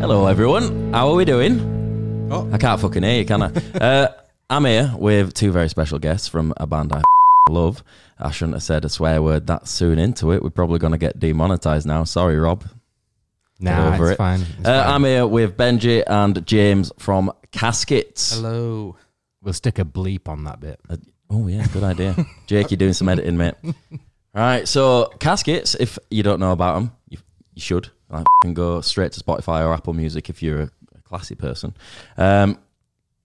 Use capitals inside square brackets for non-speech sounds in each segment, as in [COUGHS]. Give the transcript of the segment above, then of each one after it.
Hello, everyone. How are we doing? Oh. I can't fucking hear you, can I? uh, I'm here with two very special guests from a band I [LAUGHS] love. I shouldn't have said a swear word that soon into it. We're probably going to get demonetized now. Sorry, Rob. Nah, over it's it. fine. It's Uh, fine. I'm here with Benji and James from Caskets. Hello. We'll stick a bleep on that bit. Oh yeah, good [LAUGHS] idea. Jake, you're doing some editing, mate. Right, so caskets. If you don't know about them, you, you should. Like, can go straight to Spotify or Apple Music if you're a, a classy person. Um,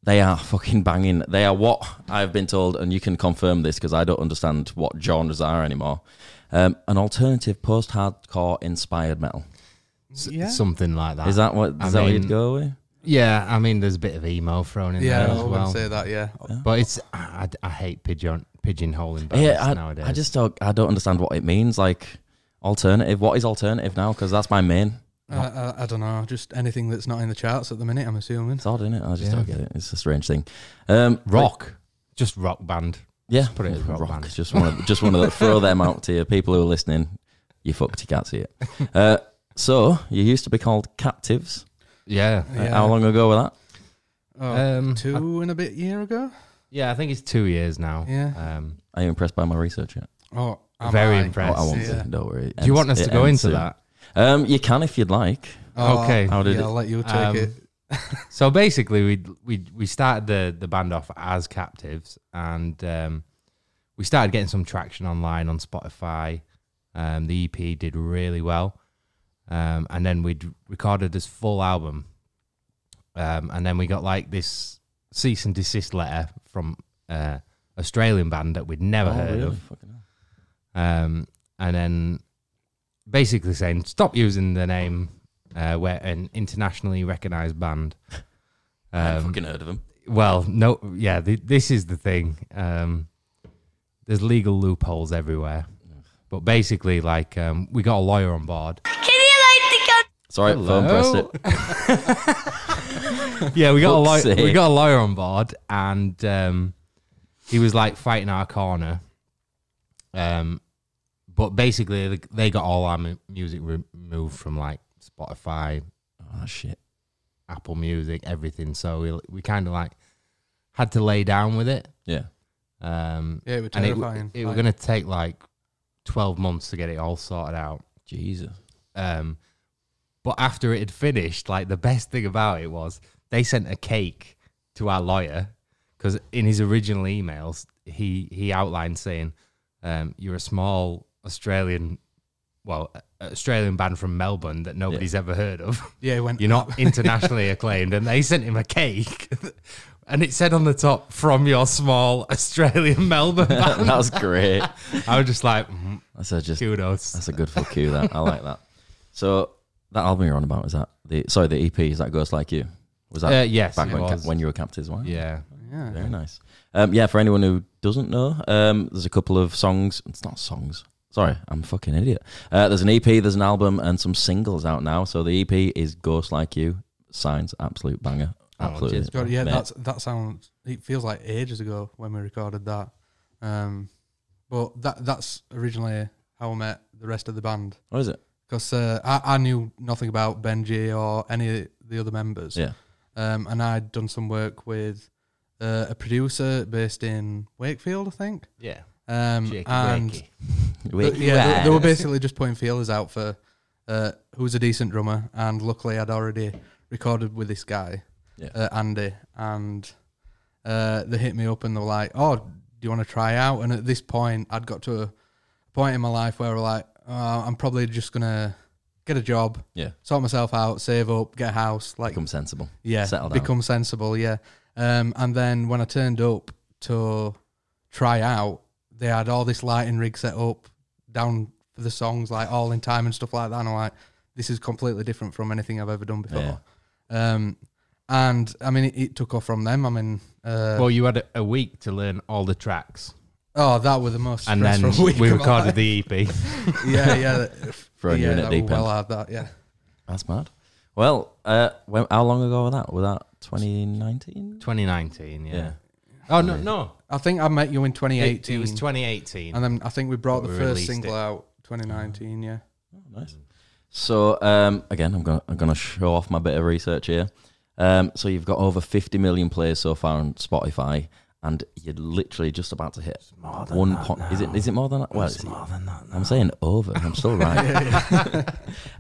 they are fucking banging. They are what I've been told, and you can confirm this because I don't understand what genres are anymore. Um, an alternative post-hardcore inspired metal. S- Yeah. Something like that. Is that what? Is I that what mean- you'd go with? Yeah, I mean, there's a bit of emo thrown in Yeah, there I as would well. say that. Yeah. But it's I, I- I hate pigeon pigeonholing bands Yeah, I, nowadays. I just don't. I don't understand what it means. Like alternative. What is alternative now? Because that's my main. Uh, I, I don't know. Just anything that's not in the charts at the minute. I'm assuming. It's odd, isn't it? I just Yeah. don't get it. It's a strange thing. Um, rock, just rock band. yeah, [LAUGHS] put it as rock band. Just want to just want to throw them out to you, people who are listening. You fucked, you can't see it. Uh, so you used to be called captives. Yeah. Uh, How long ago was that? Oh, Um, I- two and a bit year ago. yeah, I think it's two years now. Yeah. Um, Are you impressed by my research yet? Oh, am very I? Oh, I, impressed. I won't. Yeah. Be, don't worry. Do you want us to go into that? Um, you can if you'd like. Oh, Okay. How did yeah, it- I'll let you take Um, it. [LAUGHS] So basically, we we we started the the band off as captives, and um, we started getting some traction online on Spotify. Um, the EP did really well, um, and then we'd recorded this full album, um, and then we got like this cease and desist letter from uh, Australian band that we'd never Oh, heard really? of Fucking hell. um, and then basically saying stop using the name uh, we're an internationally recognized band [LAUGHS] I haven't um, fucking heard of them. well no yeah th- this is the thing um, there's legal loopholes everywhere but basically like um, we got a lawyer on board Can you light the gun? Sorry, phone pressed it. [LAUGHS] yeah we got a Fuck's lawyer we sake. got a lawyer on board and um, he was like fighting our corner um, but basically like, they got all our mu- music removed from like spotify Oh shit. Apple Music, everything. So we we kind of like had to lay down with it. Yeah. Um, Yeah, it was and it, terrifying. it was Like, going to take like twelve months to get it all sorted out. Jesus. Um, but after it had finished, like the best thing about it was they sent a cake to our lawyer because in his original emails he he outlined saying um, you're a small Australian. Well, a- Australian band from Melbourne that nobody's ever heard of. [LAUGHS] yeah, it went. You're not [LAUGHS] internationally acclaimed. And they sent him a cake. [LAUGHS] And it said on the top, from your small Australian Melbourne [LAUGHS] [LAUGHS] band. that was [LAUGHS] great. I was just like, mm, That's a just kudos. That's a good fuck you. That I like that. So that album you're on about is that the sorry the EP is that Ghost Like You? Was that Uh, yes, back it when, ca- was. when you were captives? Wow. Yeah. Yeah. very nice. Um, yeah, for anyone who doesn't know, um, there's a couple of songs. It's not songs. Sorry, I'm a fucking idiot. Uh, there's an EP, there's an album, and some singles out now. So the EP is Ghost Like You. Signs, absolute banger. Oh, Absolutely. cheers. God, yeah, mate. that's that sounds. It feels like ages ago when we recorded that. Um, but that that's originally how I met the rest of the band. What is it? because uh, I, I knew nothing about Benji or any of the other members. Yeah. Um, and I'd done some work with uh, a producer based in Wakefield, I think. Yeah. Um, Jakey and wakey. Wait, th- Uh, yeah, they, they were where? basically just putting feelers out for uh, who was a decent drummer. And luckily, I'd already recorded with this guy, Yeah. uh, Andy, and uh, they hit me up and they were like, "Oh, do you want to try out?" And at this point, I'd got to a point in my life where I was like, oh, "I'm probably just gonna get a job, Yeah. sort myself out, save up, get a house, like Become sensible. yeah, settle down. become sensible, yeah." Um, and then when I turned up to try out, they had all this lighting rig set up down for the songs, like all in time and stuff like that. And I'm like, "This is completely different from anything I've ever done before." Yeah. Um, and I mean, it, it took off from them. I mean, uh, Well, you had a, a week to learn all the tracks. oh, that was the most And then stressful [LAUGHS] week we of my recorded life. the E [LAUGHS] EP. yeah, yeah, that- Throwing you yeah, in at that deep was end. well hard. That yeah, That's mad. Well, uh, when, how long ago was that? Was that 2019? 2019. Yeah. Yeah. Oh, no, no. I think I met you in It, 2018, it was 2018. and then I think we brought the We first released single it. Oh, out 2019. Yeah, Nice. Mm. So um, again, I'm gonna I'm gonna show off my bit of research here. Um, so you've got over 50 million plays so far on Spotify, and you're literally just about to hit More than one that point. now. Is it is it more than that? Well, It's it's- more than that. I'm saying over. I'm [LAUGHS] still right. [LAUGHS]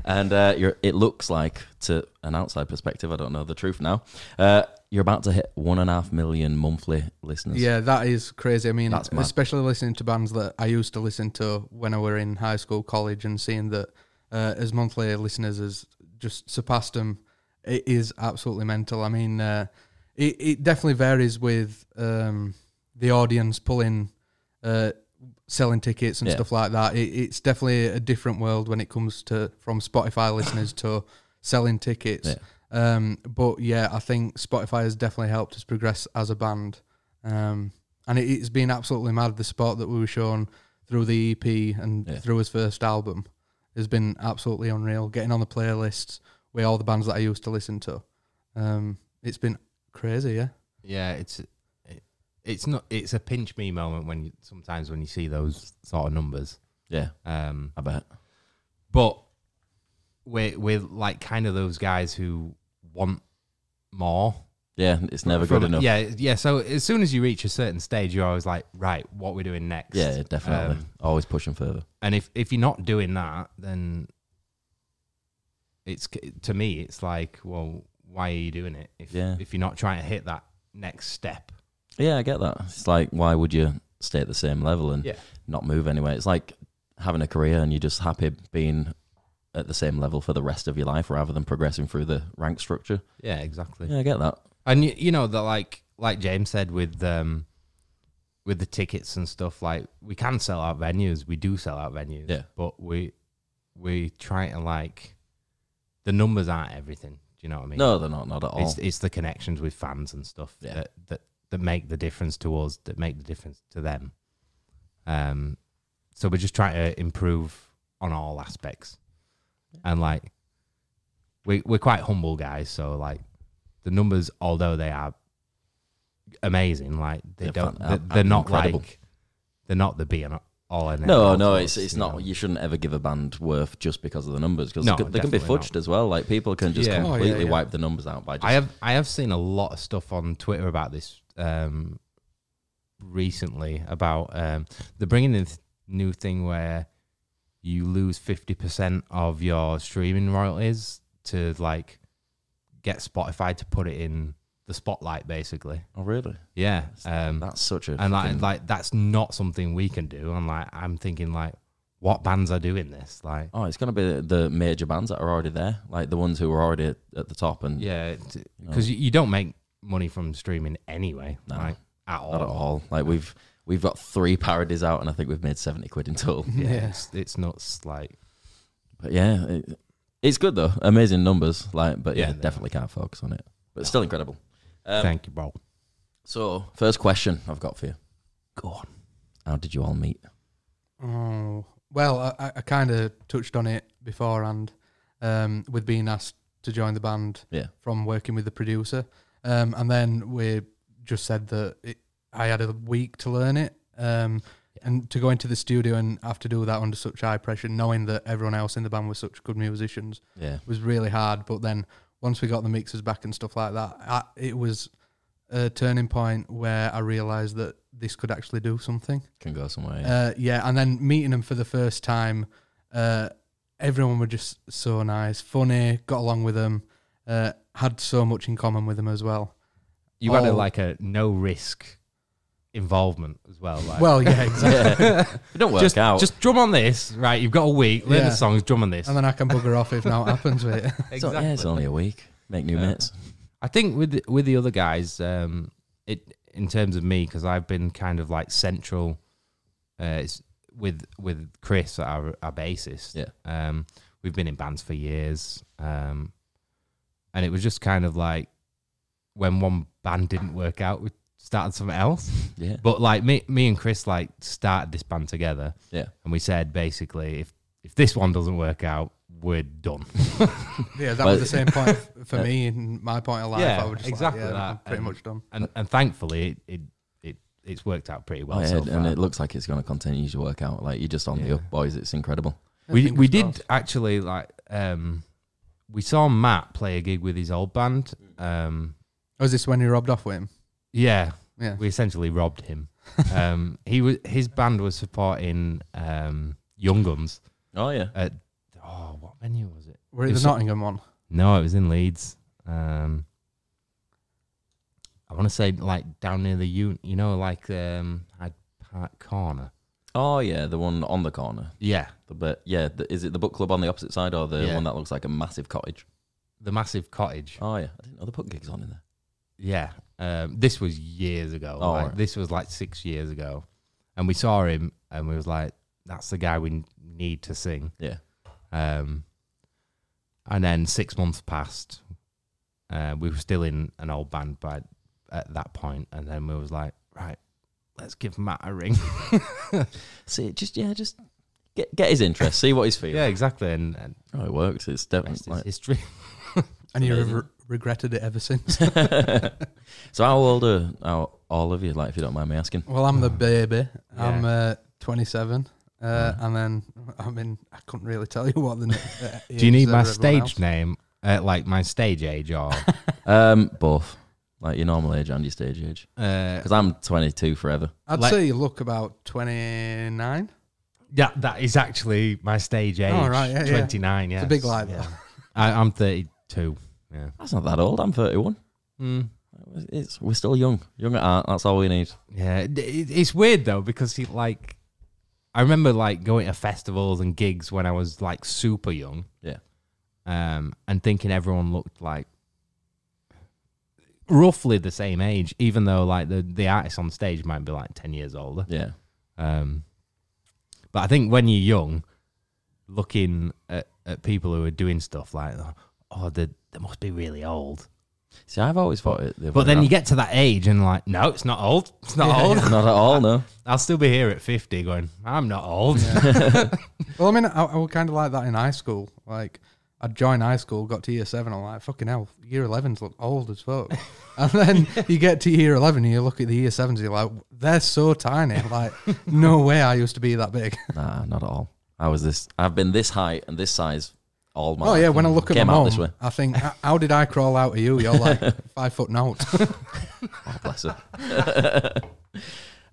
and uh, you're, it looks like, to an outside perspective, I don't know the truth now. Uh, you're about to hit one and a half million monthly listeners. Yeah, that is crazy. I mean, That's mad. especially listening to bands that I used to listen to when I were in high school, college, and seeing that uh, as monthly listeners has just surpassed them, it is absolutely mental. I mean, uh, it, it definitely varies with um, the audience pulling, uh, selling tickets and Yeah. stuff like that. It, it's definitely a different world when it comes to from Spotify listeners to selling tickets. Yeah. Um, but yeah, I think Spotify has definitely helped us progress as a band. Um, and it, it's been absolutely mad. The support that we were shown through the EP and Yeah. through his first album has been absolutely unreal. Getting on the playlists with all the bands that I used to listen to. Um, it's been crazy, yeah. Yeah, it's it, it's not it's a pinch me moment when you, sometimes when you see those sort of numbers. Yeah, Um, I bet. but we're we're like kind of those guys who want more. Yeah, it's never from- good enough. Yeah, Yeah, yeah. So as soon as you reach a certain stage, you're always like, right, what we're doing next. definitely. Um, Always pushing further. and if if you're not doing that, then it's c- to me, it's like, well, why are you doing it? If Yeah. if you're not trying to hit that next step. Yeah, I get that. It's like, why would you stay at the same level and Yeah. not move anywhere? It's like having a career and you're just happy being at the same level for the rest of your life rather than progressing through the rank structure. Yeah, exactly. Yeah, I get that. and you, you know that like like James said with um with the tickets and stuff like we can sell out venues we do sell out venues Yeah. but we we try to like the numbers aren't everything do you know what I mean No, they're not. Not at all. it's it's the connections with fans and stuff Yeah. that, that that make the difference to us that make the difference to them um so we're just trying to improve on all aspects and like we we're quite humble guys so like the numbers although they are amazing like they They're don't fan- they're, ab- they're not incredible. like they're not the be and all in No, all no, to it's us, it's you not. know? You shouldn't ever give a band worth just because of the numbers because No, they, can be definitely not. fudged as well. Like people can just Yeah. Oh, yeah, completely yeah. wipe the numbers out by just I have I have seen a lot of stuff on Twitter about this um, recently about um, they're bringing in this new thing where you lose fifty percent of your streaming royalties to like get Spotify to put it in the spotlight, basically. oh really? Yeah, um, That's such a and like fucking- like that's not something we can do. And like I'm thinking like, what bands are doing this? Like, oh, it's gonna be the major bands that are already there, like the ones who are already at the top and yeah, because you, you don't make money from streaming anyway, Oh. No. like at all. not at all. Like we've we've got three parodies out and I think we've made seventy quid in total. yeah, Yeah. [LAUGHS] It's, it's nuts. Like, [LAUGHS] but yeah, it, it's good though. Amazing numbers. Like, but yeah, Yeah, they definitely can't focus on it. But it's still incredible. Um, thank you, bro. So first question I've got for you: Go on. How did you all meet? Oh well, I- I, I kind of touched on it beforehand um, with being asked to join the band Yeah. from working with the producer, um, and then we just said that it, I had a week to learn it um, and to go into the studio and have to do that under such high pressure, knowing that everyone else in the band was such good musicians Yeah, was really hard. But then once we got the mixers back and stuff like that, I, it was a turning point where I realised that this could actually do something. can go somewhere. Yeah. Uh, yeah, and then meeting them for the first time, uh, everyone were just so nice, funny, got along with them, uh, had so much in common with them as well. You had a, Oh. like a no risk involvement as well. Like, [LAUGHS] Well, yeah, exactly. Yeah. If it don't work just out. just drum on this, right? You've got a week. Learn Yeah. the songs, drum on this. and then I can bugger off if now it happens with it. It's not- yeah, it's only a week. Make new Yeah. mates. I think with the, with the other guys, um, it in terms of me because I've been kind of like central. Uh, it's with with Chris, our our bassist. Yeah. Um, we've been in bands for years, um, and it was just kind of like when one band didn't work out, we started something else. Yeah, But like me, me and Chris like started this band together, yeah. and we said basically if if this one doesn't work out, we're done. [LAUGHS] Yeah, that Well- was the same point [LAUGHS] for me in my point of life. Yeah, I was just exactly Like, yeah, that. I'm pretty And- much done. and and thankfully it it, it it's worked out pretty well Oh, yeah, so and far. it looks like it's going to continue to work out. Like you're just on the Yeah. up, boys. It's incredible. we Fingers we did crossed. actually like um, we saw Matt play a gig with his old band. Um, Oh, is this when you robbed off with him? yeah, Yeah. we essentially robbed [LAUGHS] him. um, he was his band was supporting um, Young Guns Oh yeah. at oh what venue was it? Were it It's- the Nottingham one? No, it was in Leeds. Um, I want to say like down near the un, you know, like um, Hyde Park corner. Oh yeah, the one on the corner. Yeah, The but yeah, the, is it the book club on the opposite side or the Yeah. one that looks like a massive cottage? the massive cottage. Oh yeah, I didn't know the put gigs on in there. Yeah. Um, this was years ago. Oh, like, right. This was like six years ago. And we saw him and we was like, that's the guy we n- need to sing. Yeah. Um, and then six months passed. Uh, we were still in an old band by at that point, And then we was like, right, let's give Matt a ring. See, just yeah, just get get his interest, see what he's feeling. yeah, exactly. And, and Oh, it works. It's the rest definitely is history. And you amazing. re- regretted it ever since. like. [LAUGHS] so how old are how, all of you? Like, if you don't mind me asking. Well, I'm Um, the baby. I'm uh, 27. Uh, Mm. And then, I mean, I couldn't really tell you what the. ne- Uh, [LAUGHS] Do you need ages my of everyone stage else. name? Uh, like my stage age or Um, both, like your normal age and your stage age. [LAUGHS] uh, Because I'm 22 forever. I'd Like- say you look about [LAUGHS] 29. Yeah, that is actually my stage age. Oh, right, yeah, yeah. 29, yeah. It's a big lie, though. I, I'm 32. Yeah. That's not that old. I'm 31. Hmm. It's, we're still young, young at heart. That's all we need. Yeah. It- it- it's weird, though, because he, like, I remember, like, going to festivals and gigs when I was, like, super young. Yeah. Um, and thinking everyone looked like roughly the same age, even though, like, the, the artist on stage might be, like, 10 years older. Yeah. Um, but I think when you're young, looking at, at people who are doing stuff like, oh, they, they must be really old. See, I've always thought it. the But way then around. you get to that age and like, no, it's not old. It's not [LAUGHS] old. not at all. No. I'll still be here at 50 going, I'm not old. [LAUGHS] Well, I mean, I, I was kind of like that in high school. Like, I'd join high school, got to year seven, I'm like, fucking hell, year 11s look old [LAUGHS] as fuck. and then you get to year 11 and you look at the year sevens, you're like, they're so tiny. [LAUGHS] Like, no way I used to be that big. Nah, not at all. I was this. I've been this height and this size all my. Oh life yeah, when I and look at my came out this way. mum, I think, "H- how did I crawl out of you? [LAUGHS] You're like five foot note. Oh, bless her.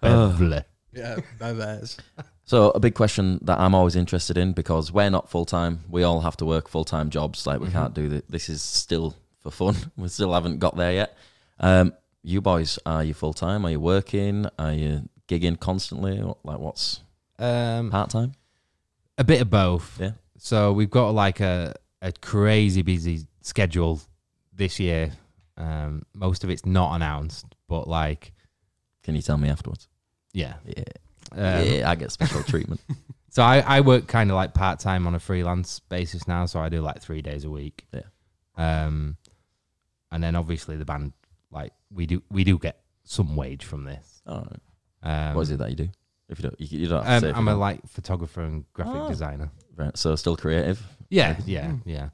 Lovely. [LAUGHS] yeah, by theirs. [LAUGHS] So a big question that I'm always interested in because we're not full time. We all have to work full time jobs. Like we can't do this. This is still for fun. [LAUGHS] We still haven't got there yet. Um, you boys, are you full time? Are you working? Are you gigging constantly? Or, Like what's Um, part time? a bit of both. Yeah. So we've got like a, a crazy busy schedule this year. Um, most of it's not announced, but like, Can you tell me afterwards? yeah. Yeah, Um, yeah. I get special treatment. So I, I work kind of like part time on a freelance basis now. So I do like three days a week. Yeah. Um, and then obviously the band, like we do, we do get some wage from this. All right. Um, what is it that you do? If you don't, you, you don't have to Um, say. if you I'm a don't. like photographer and graphic Oh. designer. Right, so still creative. Yeah, yeah, Hmm. Mm. yeah,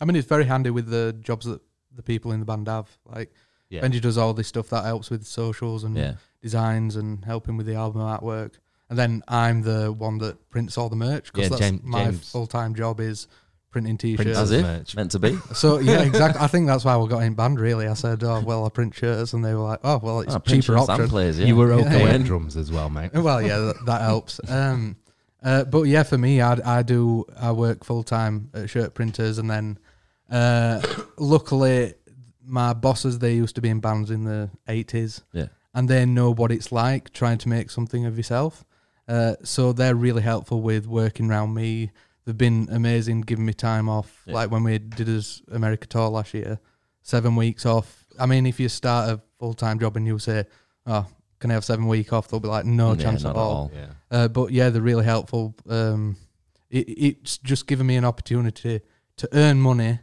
I mean, it's very handy with the jobs that the people in the band have. Like yeah. Benji does all this stuff that helps with socials and Yeah. designs and helping with the album artwork. And then I'm the one that prints all the merch because Yeah, that's James- my James. full time job is printing t-shirts. Prints As and if. merch. Meant to be. [LAUGHS] So yeah, exactly. I think that's why we got in band. Really, I said, "Oh well, I print shirts," and they were like, "Oh well, it's Ah, cheaper Pinterest and option." Players, yeah. You were Yeah. okay Yeah. at drums as well, mate. [LAUGHS] well, yeah, that, that helps. Um, uh, but yeah, for me, I, I do I work full time at shirt printers, and then uh, [COUGHS] luckily my bosses they used to be in bands in the eighties, Yeah. and they know what it's like trying to make something of yourself. Uh, so they're really helpful with working around me. They've been amazing giving me time off. Yeah. Like when we did his America tour last year, seven weeks off. I mean, if you start a full time job and you say, "Oh, can I have seven week off?" They'll be like, "No Yeah, chance not at all." Yeah. Uh, but yeah, they're really helpful. Um, it, it's just given me an opportunity to earn money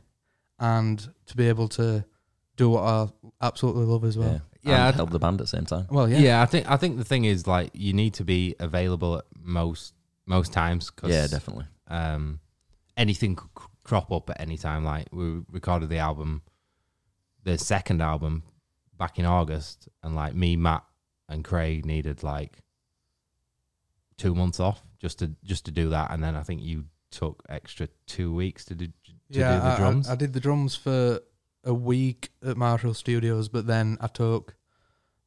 and to be able to do what I absolutely love as well. Yeah. Yeah, Yeah. I'd- And help the band at the same time. Well, yeah, yeah. I think I think the thing is like you need to be available at most most times. Cause, Yeah, definitely. um, anything could c- crop up at any time. Like we recorded the album, the second album, back in August, and like me, Matt, and Craig needed like two months off just to just to do that, and then I think you took extra two weeks to do, to do yeah, the I- drums. I, I did the drums for a week at Marshall Studios, but then I took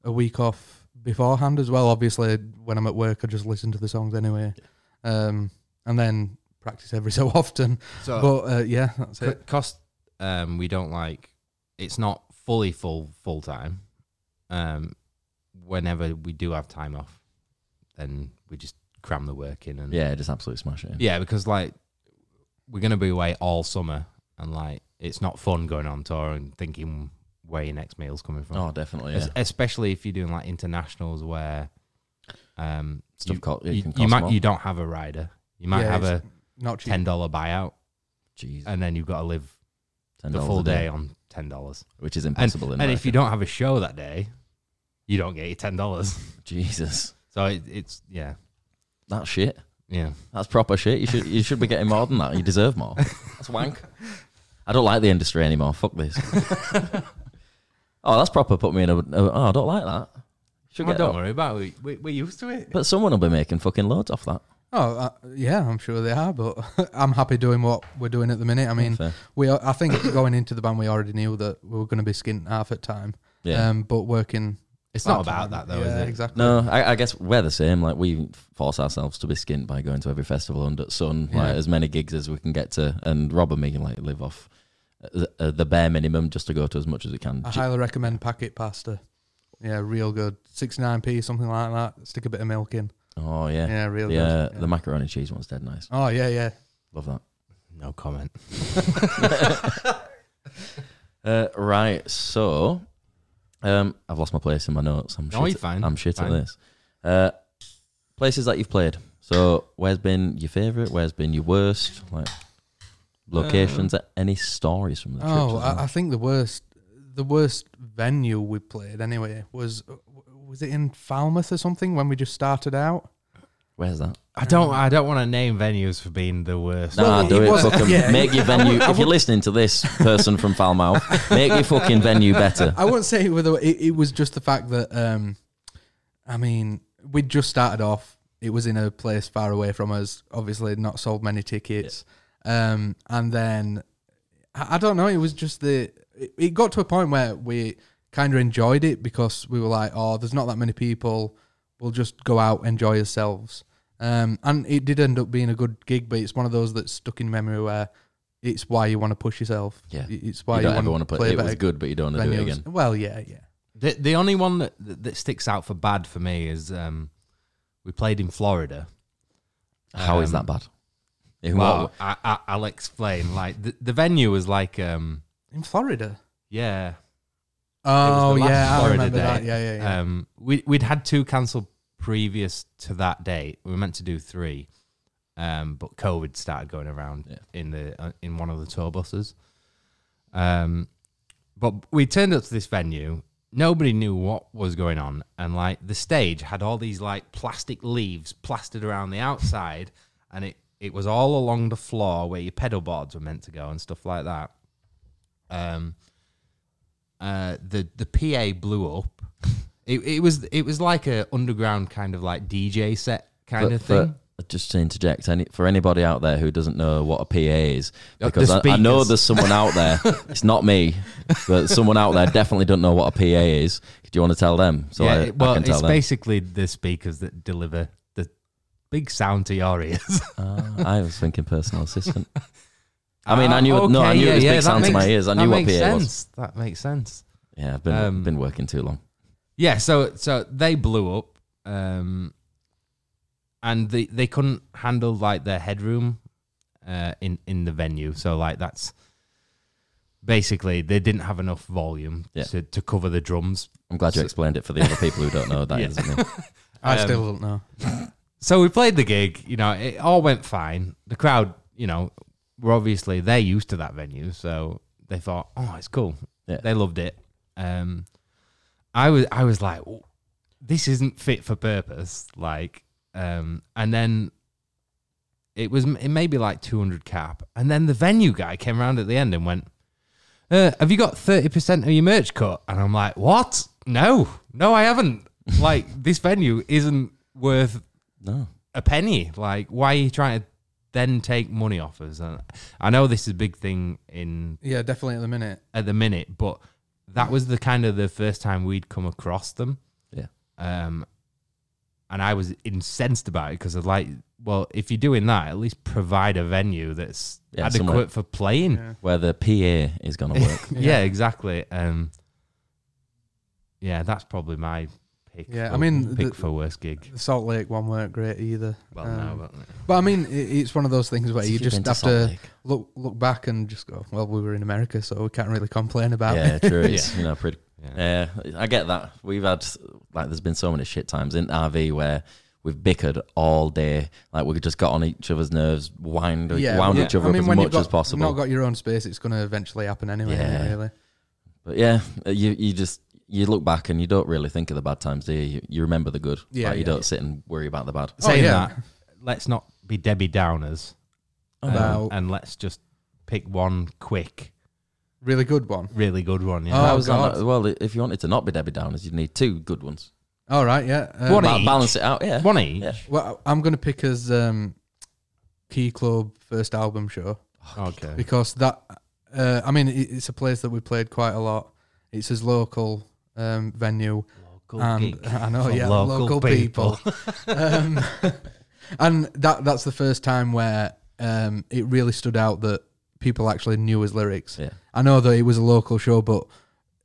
a week off beforehand as well. Obviously, when I'm at work, I just listen to the songs anyway, um, and then practice every [LAUGHS] so often. so but uh, yeah, that's C- it. cost um we don't like it's not fully full full time um whenever we do have time off then we just cram the work in and Yeah, just absolutely smash it. In. yeah because like we're gonna be away all summer and like it's not fun going on tour and thinking where your next meal's coming from Oh, definitely. Yeah. Es- especially if you're doing like internationals where um Stuff you, co- it you, can you cost might more. you don't have a rider you might Yeah, have a it's Not cheap. ten dollar buyout Jeez, and then you've got to live ten the dollars full a day, day on ten dollars. which is impossible. in And if you don't have a show that day, you don't get your ten dollars. [LAUGHS] Jesus, So it, it's yeah, that's shit. yeah. That's proper shit. You should you should be getting more than that. You deserve more. That's wank. I don't like the industry anymore. Fuck [LAUGHS] this. oh, that's proper. Put me in a. a- oh, I don't like that. Should Well, get don't up. worry about it. We, we're used to it. But someone will be making fucking loads off that. Oh, uh, yeah, I'm sure they are, but [LAUGHS] I'm happy doing what we're doing at the minute. I mean, Fair. we are- [COUGHS] I think going into the band, we already knew that we were going to be skint half at time. Yeah. Um, but working. It's not part-time- about that though, is yeah, it? Exactly. no, I, I guess we're the same. Like we force ourselves to be skint by going to every festival under the sun, Yeah. like as many gigs as we can get to. And Rob and me like live off the, uh, the bare minimum just to go to as much as we can. I highly recommend packet pasta. Yeah, real good. 69p, something like that. Stick a bit of milk in. oh Yeah, yeah, real the uh, good. Yeah. the macaroni and cheese one's dead nice. oh, yeah, yeah. Love that. No comment. Uh, right, so um, I've lost my place in my notes. I'm No, shit. you're fine. I'm shit Fine. at this. Uh, places that you've played. So where's been your favourite? Where's been your worst? Like locations? any stories from the trips? Oh, as well? I, I think the worst the worst venue we played anyway was was it in Falmouth or something when we just started out? where's that? I don't. I don't want to name venues for being the worst. Nah, it do it. wasn't- Fucking yeah. make your [LAUGHS] venue. if you're listening to this person from Falmouth, make your fucking venue [LAUGHS] better. I wouldn't say it was it, it was just the fact that um I mean, we just started off. It was in a place far away from us, obviously not sold many tickets. Um and then I, I don't know, it was just the it, it got to a point where we kind of enjoyed it because we were like, oh, there's not that many people. We'll just go out, enjoy ourselves. Um, and it did end up being a good gig, but it's one of those that's stuck in memory where it's why you want to push yourself. Yeah. It- It's You why you, don't ever want to play play. It was better good, but you don't want to do it venues. again. Well, yeah, yeah. The the only one that that that sticks out for bad for me is um, we played in Florida. How is Um, that [LAUGHS] bad? In Well, what- I, I, I'll explain. Like the, the venue was like um, In Florida. yeah. Oh the last yeah, I Florida remember day. that. Yeah, yeah, yeah. Uh, Um, we we'd had two cancelled previous to that date. We were meant to do three, um, but COVID started going around Yeah. in the uh, in one of the tour buses. Um, but we turned up to this venue. Nobody knew what was going on, and like the stage had all these like plastic leaves plastered around the outside, and it it was all along the floor where your pedal boards were meant to go and stuff like that. Um, uh, the the PA blew up. It, it was it was like a underground kind of like DJ set kind But- of thing. but just to interject, any, for anybody out there who doesn't know what a PA is, Uh, because the I, I know speakers. there's someone out [LAUGHS] there. it's not me, but someone out there definitely don't know what a PA is. Do you want to tell them? So I, it- well, I can it's tell them. basically the speakers that deliver the big sound to your ears. Ah, I was thinking personal [LAUGHS] assistant. I mean, I Ah, knew no, I okay, knew yeah, it was yeah, big that sound to my makes- ears. I that knew what PA makes was. sense. That makes sense. Yeah, I've been Um, been working too long. Yeah, so so they blew up, um, and they they couldn't handle like their headroom, uh, in in the venue. So like that's basically they didn't have enough volume Yeah. to to cover the drums. I'm glad you so- explained it for the other people who don't know that. [LAUGHS] Yeah. not it? I um, still don't know. So we played the gig. You know, it all went fine. The crowd, you know, were obviously they're used to that venue, so they thought, oh, it's cool. Yeah. They loved it. Um, I was I was like, "Oh, this isn't fit for purpose. Like, um, and then it was it may be like two hundred cap, and then the venue guy came around at the end and went, uh, "Have you got thirty percent of your merch cut?" And I'm like, "What? No, no, I haven't. like, this venue isn't worth No, a penny. Like, why are you trying to then take money off us. And I know this is a big thing in Yeah, definitely at the minute. at the minute, but that was the kind of the first time we'd come across them. Yeah. Um, and I was incensed about it because I like, well, if you're doing that, at least provide a venue that's Yeah, adequate somewhere. for playing. Yeah, Yeah. where the PA is [LAUGHS] going to [LAUGHS] work. exactly. Um, yeah, that's probably my pick. Yeah, I for- mean, pick the- for worst gig. The Salt Lake one weren't great either. Well, Um, no, but But I mean, i it's one of those things where So you if you've just been have Salt to Lake- look look back and just go, well, we were in America, so we can't really complain [LAUGHS] about Yeah, it. [LAUGHS] true. It's, you know, pretty. yeah. Yeah, I get that. We've had like there's been so many shit times in RV where we've bickered all day. Like we just got on each other's nerves, wind wound each other I mean, up as when much you've got, as possible. Not got your own space, it's going to eventually happen anyway. isn't it, Yeah. really. But yeah, uh, you you just you look back and you don't really think of the bad times, do you? You, you remember the good. Yeah, Like, you yeah, don't yeah. sit and worry about the bad. Oh, saying yeah. that, let's not be Debbie Downers. um, About- and let's just pick one quick, [LAUGHS] Really good one. really good one. Yeah. Oh, How was that God. not- well, if you wanted to not be Debbie Downers, you'd need two good ones. All right, yeah. Um, One Ba- each. balance it out. Yeah. One each. Yeah. Well, I'm going to pick as um, Key Club first album show Okay. because that, uh, I mean, it, it's a place that we played quite a lot. It's his local um, venue. Local and gig [LAUGHS] I know, for yeah, local, people. [LAUGHS] um, and that that's the first time where um, it really stood out that people actually knew his lyrics. Yeah. I know that it was a local show, but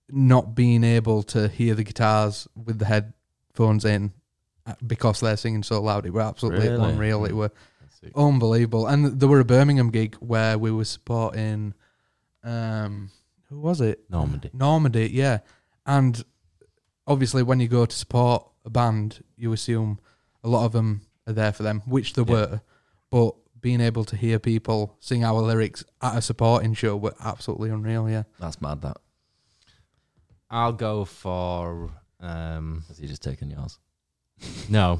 not being able to hear the guitars with the headphones in uh, because they're singing so loud, it were absolutely Really? unreal. It were sick. unbelievable. And there were a Birmingham gig where we were supporting, um, who was it? Normandy. Normandy, yeah. And obviously, when you go to support a band, you assume a lot of them are there for them, which they Yeah. were. But being able to hear people sing our lyrics at a supporting show were absolutely unreal, yeah. That's mad. That I'll go for um has he just taken yours? no.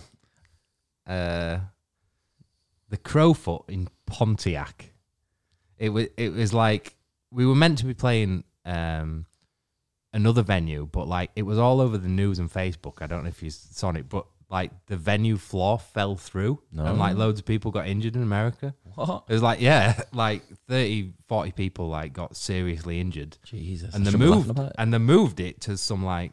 Uh the Crowfoot in Pontiac. It was it was like we were meant to be playing um another venue, but like it was all over the news and Facebook. I don't know if you saw it, but like the venue floor fell through No. and like loads of people got injured in America. What? It was like, yeah, [LAUGHS] like 30, 40 people like got seriously injured. Jesus. and I they shouldn't be laughing moved about it. and they moved it to some like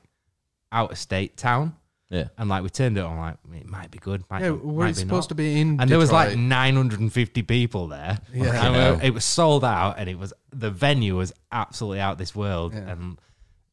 out of state town Yeah. and like we turned it on like it might be good might, Yeah, be- we're might be supposed not. to be in. and there was like 950 people there Yeah. And Fucking we- hell. it was sold out and it was the venue was absolutely out this world Yeah. and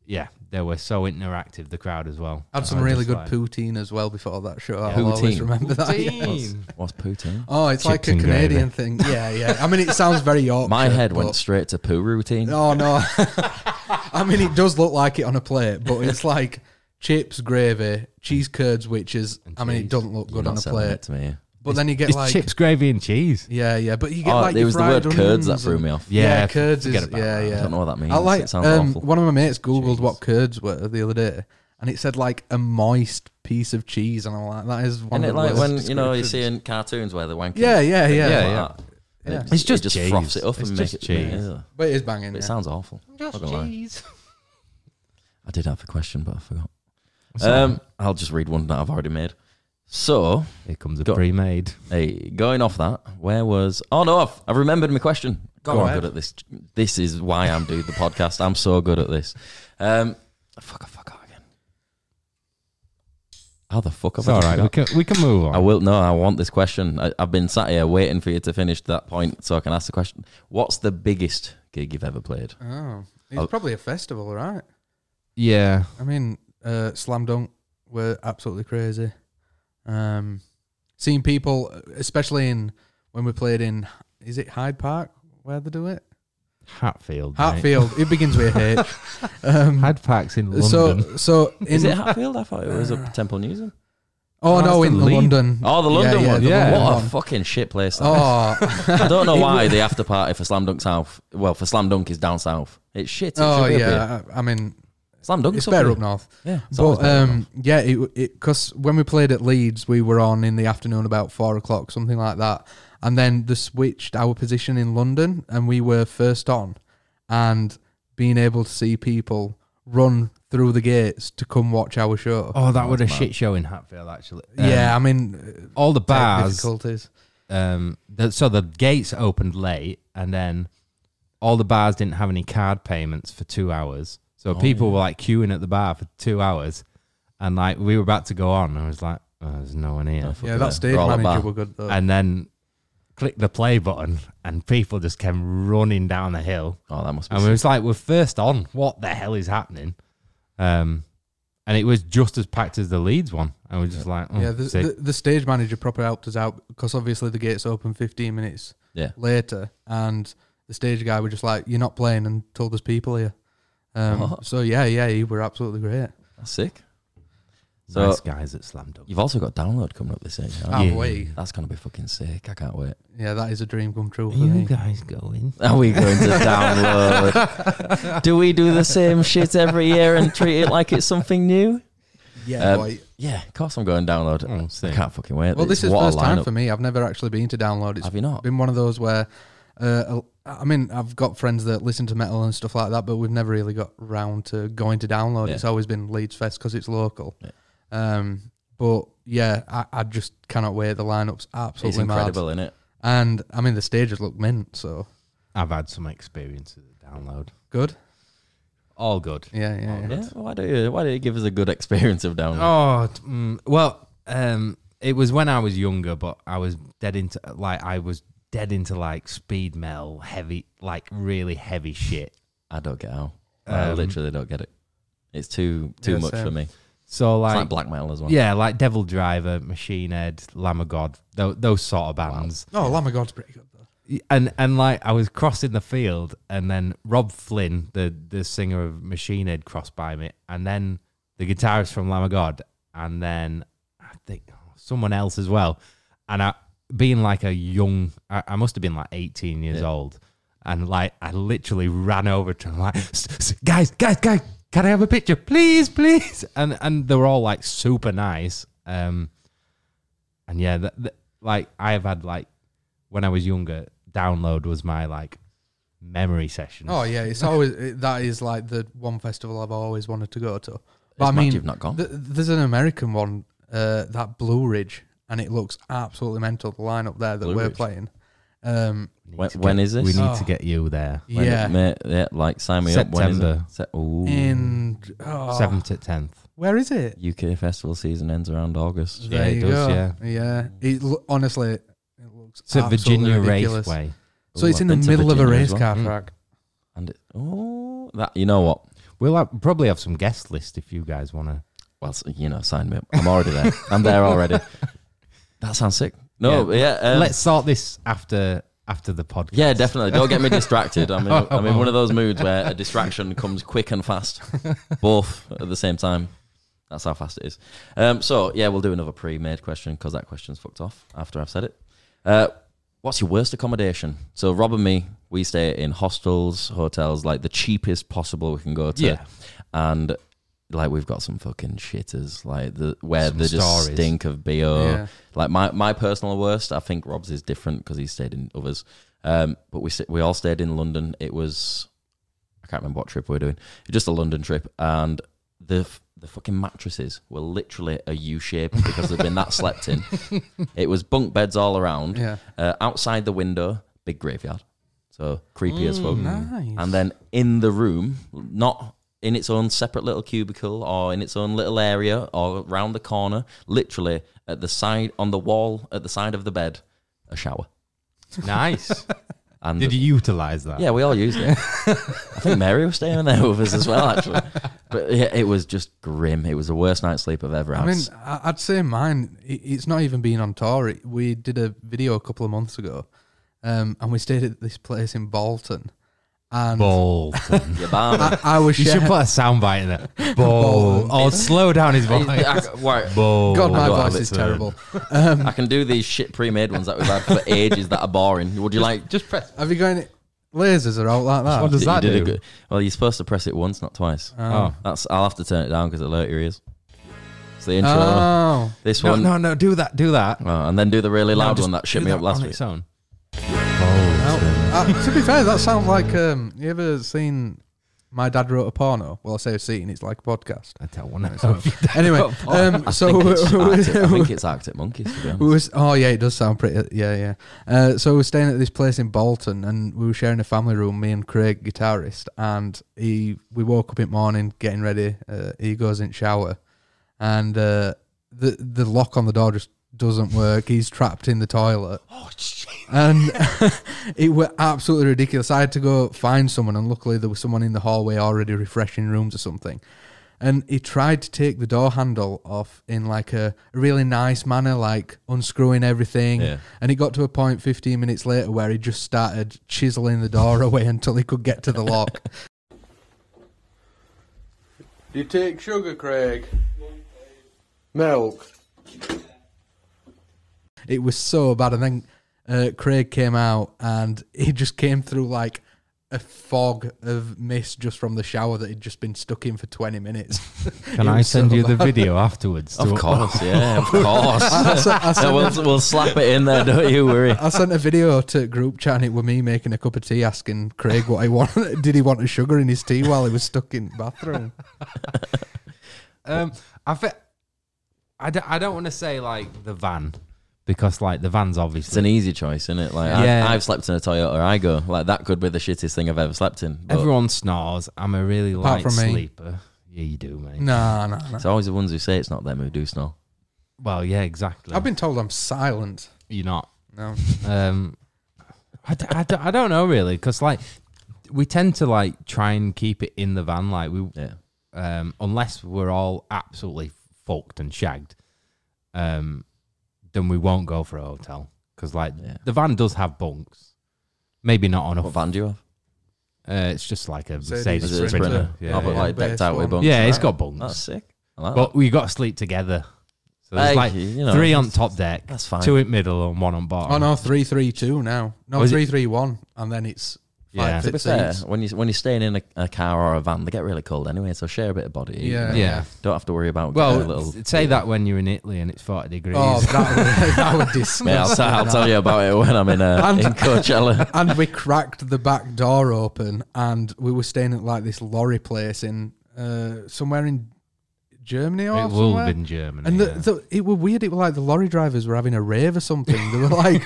yeah they were so interactive the crowd as well had some I was really just good like, poutine as well before that show. I'll Poutine. always remember that. yeah. What's, Poutine. what's Putin? Oh, it's like a Chips and Canadian thing. Yeah, yeah. I mean, it [LAUGHS] sounds very Yorkshire. My head but- went straight to poo routine. Oh no! [LAUGHS] I mean, it does look like it on a plate, but it's like chips, gravy, cheese curds, which is. I mean, it cheese. doesn't look You're good not on a selling it plate. to me. But then you get it's like chips gravy and cheese Yeah, yeah. But you get Oh, like it your was the fried word curds that onions threw and- me off. yeah, Yeah, f- curds forget is- about yeah, that. I yeah. don't know what that means. I like. it sounds Um, awful. one of my mates googled what Cheese. curds were the other day, and it said like a moist piece of cheese, and I'm like, that is one Isn't of it the like worst when you know you see descriptions. in cartoons where they're wanking? Yeah, yeah, things yeah. like Yeah, that. yeah. And it- It's just it just cheese. froths it up It's and just makes it. cheese. yeah. But it is banging. But yeah. It sounds awful. Not gonna lie. cheese I did have a question, but I forgot. What's that? Um, I'll just read one that I've already made. So, here comes a go- pre-made hey, going off that, where was? Oh no, I've, I've remembered my question. Go God, I'm ahead. good at this. This is why I'm doing the podcast. I'm so good at this. Um, fuck, I forgot again. How the fuck have it's I all just right we forgot? can, we can move on I will. No, I want this question. I, I've been sat here waiting for you to finish that point so I can ask the question. What's the biggest gig you've ever played? Oh, Oh. it's probably a festival, right? yeah I mean, uh, slam dunk were absolutely crazy. Um, seeing people, especially in when we played in, is it Hyde Park where they do it? Hatfield mate. Hartfield. It begins with a H. [LAUGHS] Um, Had packs in London. so, so in, Is it Hatfield? I thought it was up Temple [LAUGHS] Newsom. oh Oh, no, that's in the lead. London. Oh, the Yeah, London yeah, one. the Yeah. London What one. a fucking shit place that is. [LAUGHS] Oh, I don't [LAUGHS] know why the after party for Slam Dunk South. Well, for Slam Dunk is down south. It's shit. It oh should be up here. yeah. I I mean, Slam Dunk's it's up better here. up north. Yeah. it's always But better up north. um, yeah, it it because when we played at Leeds, we were on in the afternoon about four o'clock, something like that, and then they switched our position in London, and we were first on, and being able to see people run through the gates to come watch our show. oh, that was a That's mad. shit show in Hatfield, actually. Um, yeah, I mean, all the uh, bars difficulties. um, the, so the gates opened late, and then all the bars didn't have any card payments for two hours. Oh, So people were like queuing at the bar for two hours, and like we were about to go on. And I was like, oh, "There's no one here." fuck Yeah, it. that stage Roll it manager back. were good though. and then click the play button, and people just came running down the hill. Oh, that must be. And we was like, we're first on. What the hell is happening? Um, and it was just as packed as the Leeds one. And we're just like, Mm, oh, yeah, the, sick. the, the stage manager proper helped us out because obviously the gates open 15 minutes Yeah. later, and the stage guy were just like, "You're not playing until there's people here." Um, What? So yeah, yeah, he were absolutely great. That's sick. So nice guys at Slam Dunk. you've also got download coming up this year. Oh, Yeah. wait. That's gonna be fucking sick. I can't wait. Yeah, that is a dream come true Are for you me. guys going? Are we going to download? [LAUGHS] do we do the same shit every year and treat it like it's something new? Yeah, Um, boy. Yeah, of course I'm going download. Oh, I sick. can't fucking wait. Well, It's- this is what a first time lineup. for me. I've never actually been to download. It's Have you not? been one of those where, uh, I mean, I've got friends that listen to metal and stuff like that, but we've never really got round to going to download. Yeah. It's always been Leeds Fest because it's local. Yeah. Um, but yeah, I, I just cannot wait. The lineup's absolutely It's incredible, isn't it? mad, and I mean the stages look mint. So I've had some experiences at download. good. All good. Yeah, yeah, yeah. Oh, Yeah. Why do you? Why do you give us a good experience of download? Oh, t- mm, well, um, it was when I was younger, but I was dead into like I was dead into like speed metal, heavy, like really heavy shit. I don't get how. I Um, literally don't get it. It's too too Yeah, much for same. me. So It's like, like black metal as well. yeah, like Devil Driver, Machine Head, Lamb of God, those, those sort of bands. Oh, Lamb of God's pretty good though. and and like I was crossing the field, and then Rob Flynn, the the singer of Machine Head, crossed by me, and then the guitarist from Lamb of God, and then I think oh, someone else as well, and I being like a young, I, I must have been like eighteen years Yeah. old, and like I literally ran over to him like, "S- s- guys, guys, guys, can I have a picture, please, please? [LAUGHS] And and they were all like super nice, um, and yeah, th th like I have had like when I was younger, download was my like memory session. Oh yeah, it's always it, that is like the one festival I've always wanted to go to. But It's I mad mean, you've not gone. Th- there's an American one, uh, that Blue Ridge, and it looks absolutely mental. The lineup there that Blue we're Ridge. playing. Um, We need When- to when get- is this? We need to Oh. get you there. When- yeah, mate, yeah, like sign me up. When September. is it? Se- ooh. in oh, Seventh to tenth. Where is it? UK festival season ends around August. Yeah, it does, go. Yeah, It lo- honestly, it looks It's a absolutely Virginia ridiculous. Raceway. So Ooh, it's I've in the been to middle of a Virginia race as well. Hmm. car Mm. track. And it, oh, that you know what? We'll have, probably have some guest list if you guys want to. Well, s- you know, sign me up. I'm already there. I'm there already. That sounds sick. No, yeah, um, Let's sort this after after the podcast. yeah, definitely. Don't get me distracted. I'm in, [LAUGHS] I'm in one of those moods where a distraction comes quick and fast, both at the same time. That's how fast it is. Um, so yeah, we'll do another pre-made question because that question's fucked off after I've said it. Uh, what's your worst accommodation? So Rob and me, we stay in hostels, hotels, like the cheapest possible we can go to, Yeah. and like we've got some fucking shitters, like the where Some they just stories. stink of bo. Yeah. Like my my personal worst, I think Rob's is different because he stayed in others. Um, but we sta- we all stayed in London. It was I can't remember what trip we were doing. Just a London trip, and the f- the fucking mattresses were literally a U shape because they'd been that slept in. It was bunk beds all around. Yeah, Uh, outside the window, big graveyard, so creepy as fuck. Mm, nice. hmm. And then in the room, not in its own separate little cubicle or in its own little area or round the corner, literally at the side on the wall at the side of the bed, a shower. [LAUGHS] Nice. And Did you utilize that? yeah, we all used it. [LAUGHS] I think Mary was staying there with us as well, actually. But yeah, it was just grim. It was the worst night's sleep I've ever had. I mean, [LAUGHS] I- I'd say mine. i- It's not even being on tour. It- We did a video a couple of months ago, um, and we stayed at this place in [LAUGHS] Bolton, and Bolton. Your [LAUGHS] barman. I, I was you should share- put a soundbite in [LAUGHS] there. Bolton. Oh, slow down his voice. I, right, Bolton. God, my Oh, voice Bolton. is terrible. I can do these shit pre-made ones that we've had for ages that are boring. Would you like? Just press. Have you got any lasers are out like What that? does that you do? a good- well, you're supposed to press it once, not twice. oh. That's. I'll have to turn it down because it'll hurt your ears. It's the intro. Oh, this No, one. no, no. Do that. Do that. Oh, and then do the really No, loud just one that shit do me up that last on week. its own. Uh, to be fair, that sounds like um, you ever seen My dad wrote a porno. Well, I say a scene. It's like [LAUGHS] a podcast. I don't want to. Anyway, wrote a um, I, so think [LAUGHS] it's Arctic, I think it's Arctic Monkeys. To be we honest. was oh yeah, it does sound pretty. Yeah, yeah. Uh, so we were staying at this place in Bolton, and we were sharing a family room. Me and Craig, guitarist, and he. We woke up in the morning, getting ready. Uh, he goes in shower, and uh, the the lock on the door just doesn't work. He's trapped in the toilet. Oh shit! And [LAUGHS] it were absolutely ridiculous. I had to go find someone, and luckily there was someone in the hallway already refreshing rooms or something. And he tried to take the door handle off in like a really nice manner, like unscrewing everything. Yeah. And it got to a point 15 minutes later where he just started chiseling the door [LAUGHS] away until he could get to the lock. Do you take sugar, Craig? Milk. It was so bad. And then uh, Craig came out and he just came through like a fog of mist just from the shower that he'd just been stuck in for 20 minutes. [LAUGHS] Can It I was so send you the bad. video afterwards? to- Of course, yeah, [LAUGHS] of course. I sent, I, Yeah, sent we'll, we'll slap it in there, don't you worry. I sent a video to group chat and it were me making a cup of tea asking Craig what he wanted. Did he want [LAUGHS] a sugar in his tea while he was stuck in the bathroom? Um, I fe- I, d- I don't want to say like the van because like the van's It's obviously an easy choice, isn't it? Like Yeah. I, I've slept in a Toyota. I go like that could be the shittiest thing I've ever slept in. But everyone snores. I'm a really light Apart from me. sleeper. Yeah, you do, mate. No, no, no. it's always the ones who say it's not them who do snore. Well, yeah, exactly. I've been told I'm silent. You're not. No. Um, I, d- I, d- I don't know really because like we tend to like try and keep it in the van like we Yeah, um, unless we're all absolutely fucked and shagged, um, then we won't go for a hotel because like Yeah. the van does have bunks. Maybe not what enough. van do you have? Uh, Oh, it's just like a Mercedes Mercedes Is it a Sprinter. sprinter? Yeah, oh, but yeah. like decked out with Based on- bunks. Yeah, it's Right. got bunks, That's sick. I like but we got to sleep together. So that. there's like Like, you know, three on top deck, That's fine. two in middle, and one on bottom. Oh no, three three two now. No, Was Oh, it- three three one, and then it's Yeah. five To be fifty. fair, when you when you're staying in a, a car or a van, they get really cold anyway, so share a bit of body. heat, Yeah. you know. Yeah. Don't have to worry about Well, getting a little. [LAUGHS] say that when you're in Italy and it's 40 degrees. [LAUGHS] Oh, that would, [LAUGHS] that would dismiss. Mate, I'll, t- I'll tell you about it when I'm in uh, And- in [LAUGHS] Coachella. and we cracked the back door open, and we were staying at like this lorry place in uh, somewhere in Germany or it will somewhere. be in Germany. And the, yeah. the, it were weird. It were like the lorry drivers were having a rave or something. They [LAUGHS] were like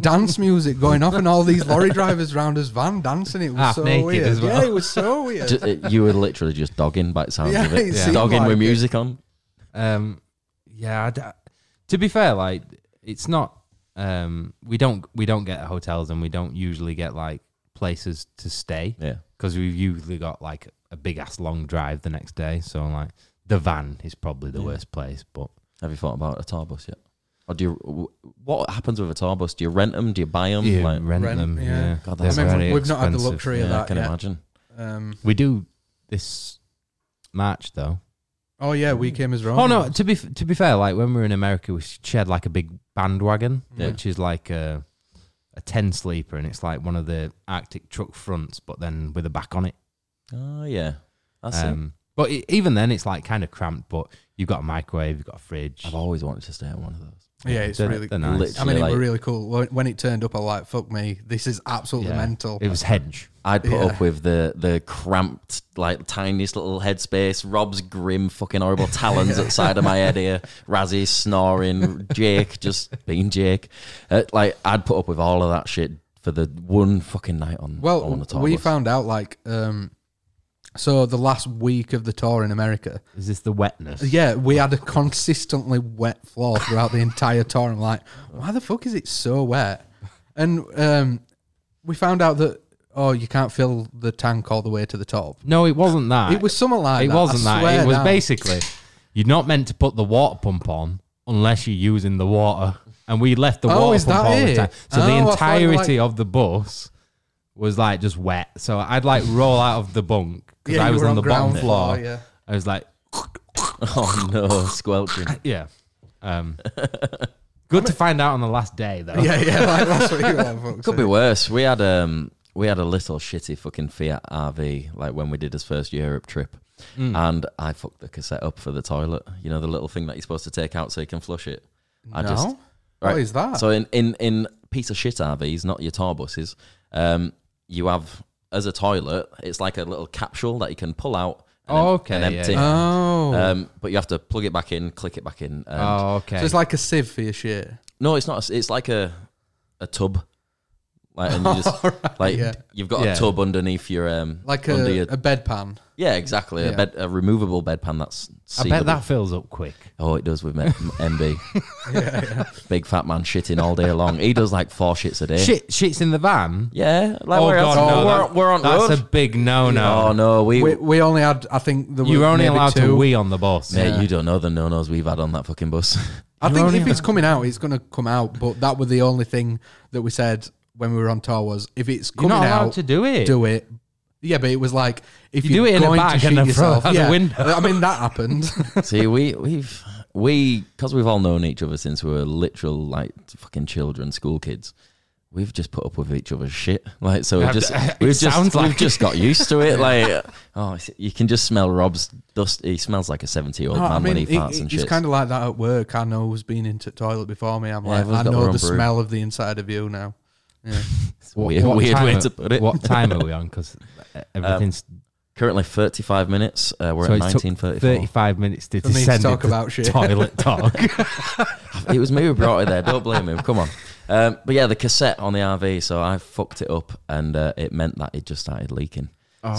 dance music going off, and all these lorry drivers round us van dancing. It was Half so Ah, naked weird. as well. Yeah, it [LAUGHS] was so weird. Ju- it- you were literally just dogging by the sounds Yeah, of it it. seemed Dogging like with it. music on. Um, yeah. I d- to be fair, like it's not. Um, we don't we don't get hotels and we don't usually get like places to stay Yeah. because we've usually got like a big ass long drive the next day. So like the van is probably the Yeah. worst place. But Have you thought about a tour bus yet? Or do you? wh- What happens with a tour bus? Do you rent them? Do you buy them? you Um, like, rent, rent, them. yeah. Yeah, God, They're that's- I mean, very we've not had the expensive. luxury of yeah, that I can yet. imagine. Um, We do this March though. oh yeah, we came as wrong. Oh no! To be f- to be fair, like when we were in America, we shared like a big bandwagon, Yeah. which is like a a ten sleeper, and it's like one of the Arctic truck fronts, but then with a back on it. Oh yeah, that's it. Um, but e even then, it's like kind of cramped. But you've got a microwave, you've got a fridge. I've always wanted to stay at one of those. Yeah, it's They're- really. they're nice. Literally. I mean, it like- were really cool. When- When it turned up, I was like, "Fuck me, this is absolutely Yeah. mental." It was hedge. I'd put Yeah. up with the the cramped, like tiniest little headspace. Rob's grim, fucking horrible [LAUGHS] talons at the side of my head here. Razzie snoring. Jake just being Jake. Uh, like I'd put up with all of that shit for the one fucking night on. on Well, the tour we bus. found out like, um, so the last week of the tour in America, Is this the wetness? yeah, we had a consistently wet floor throughout the entire tour. I'm like, why the fuck is it so wet? And um, we found out that oh, you can't fill the tank all the way to the top. No, it wasn't that. It was something like It that. I wasn't that. swear It was down. basically you're not meant to put the water pump on unless you're using the water. And we left the Oh, water is pump that all the it? time. So Oh, I the thought, entirety of the bus was like just wet. So I'd like roll out of the bunk because Yeah, I you was were on the bottom ground floor. yeah. I was like, [LAUGHS] Oh no, [LAUGHS] squelching. yeah. Um, good to find out on the last day though. [LAUGHS] Yeah, yeah, like that's what you [LAUGHS] were like, fuck's Could be sake. worse. We had um we had a little shitty fucking Fiat RV like when we did his first Europe trip, Mm. and I fucked the cassette up for the toilet. You know the little thing that you're supposed to take out so you can flush it. I no? just What right. is Ah. that? So in in in piece of shit RVs, not your tour buses, um, you have as a toilet. It's like a little capsule that you can pull out. And Oh, em- okay, And yeah, empty. yeah. Uh, Oh. Um, but you have to plug it back in, click it back in. And oh, okay. so it's like a sieve for your shit. No, it's not. a- It's like a a tub. Like [LAUGHS] and you just Alright, like yeah. you've got Yeah. a tub underneath your um Like under a, your, a bedpan. yeah exactly yeah. a bed a removable bedpan that's I sealable. bet that fills up quick. oh it does with me- [LAUGHS] MB big fat man shitting all day long he does like four shits a day Shit, shit's in the van. yeah like oh we're, god, on, no, we're, that- we're on That's road a big no-no. oh no we, We, we only had, I think, there You're were only maybe allowed two. to wee on the bus. mate you don't know the no nos we've had on that fucking [LAUGHS] bus I You're think only if it's coming out, it's going to come out. But that was the only thing that we said when we were on tour was if it's You're coming not allowed out, to do it. do it. Yeah, but it was like if You do you're it in a going bag to and shoot then throw it yourself, out the yeah. window. [LAUGHS] I mean, [LAUGHS] that happened. See, we we've we because we've all known each other since we were literal like fucking children, school kids. We've just put up with each other's shit, [LAUGHS] like so. We've I've- just [LAUGHS] it we've just sounds we've like- just got used to [LAUGHS] it. Like, oh, it's- you can just smell Rob's dust. He smells like a seventy-year-old [LAUGHS] No, man I mean, when he it- farts it- and it's shit. kind of like that at work. I know who's been into toilet before me. I'm Yeah, like, everyone's I got their know own the brew. smell of the inside of you now. Yeah. weird, weird time way are- to put it. [LAUGHS] What time are we on? Because everything's Currently, thirty-five minutes. Uh, we're so at it took nineteen thirty-four. thirty-five minutes to For me to descend talk into about shit. [LAUGHS] toilet talk. it was me who brought it there. Don't blame him. Come on. Um, but yeah, the cassette on the RV. So I fucked it up, and uh, it meant that it just started leaking.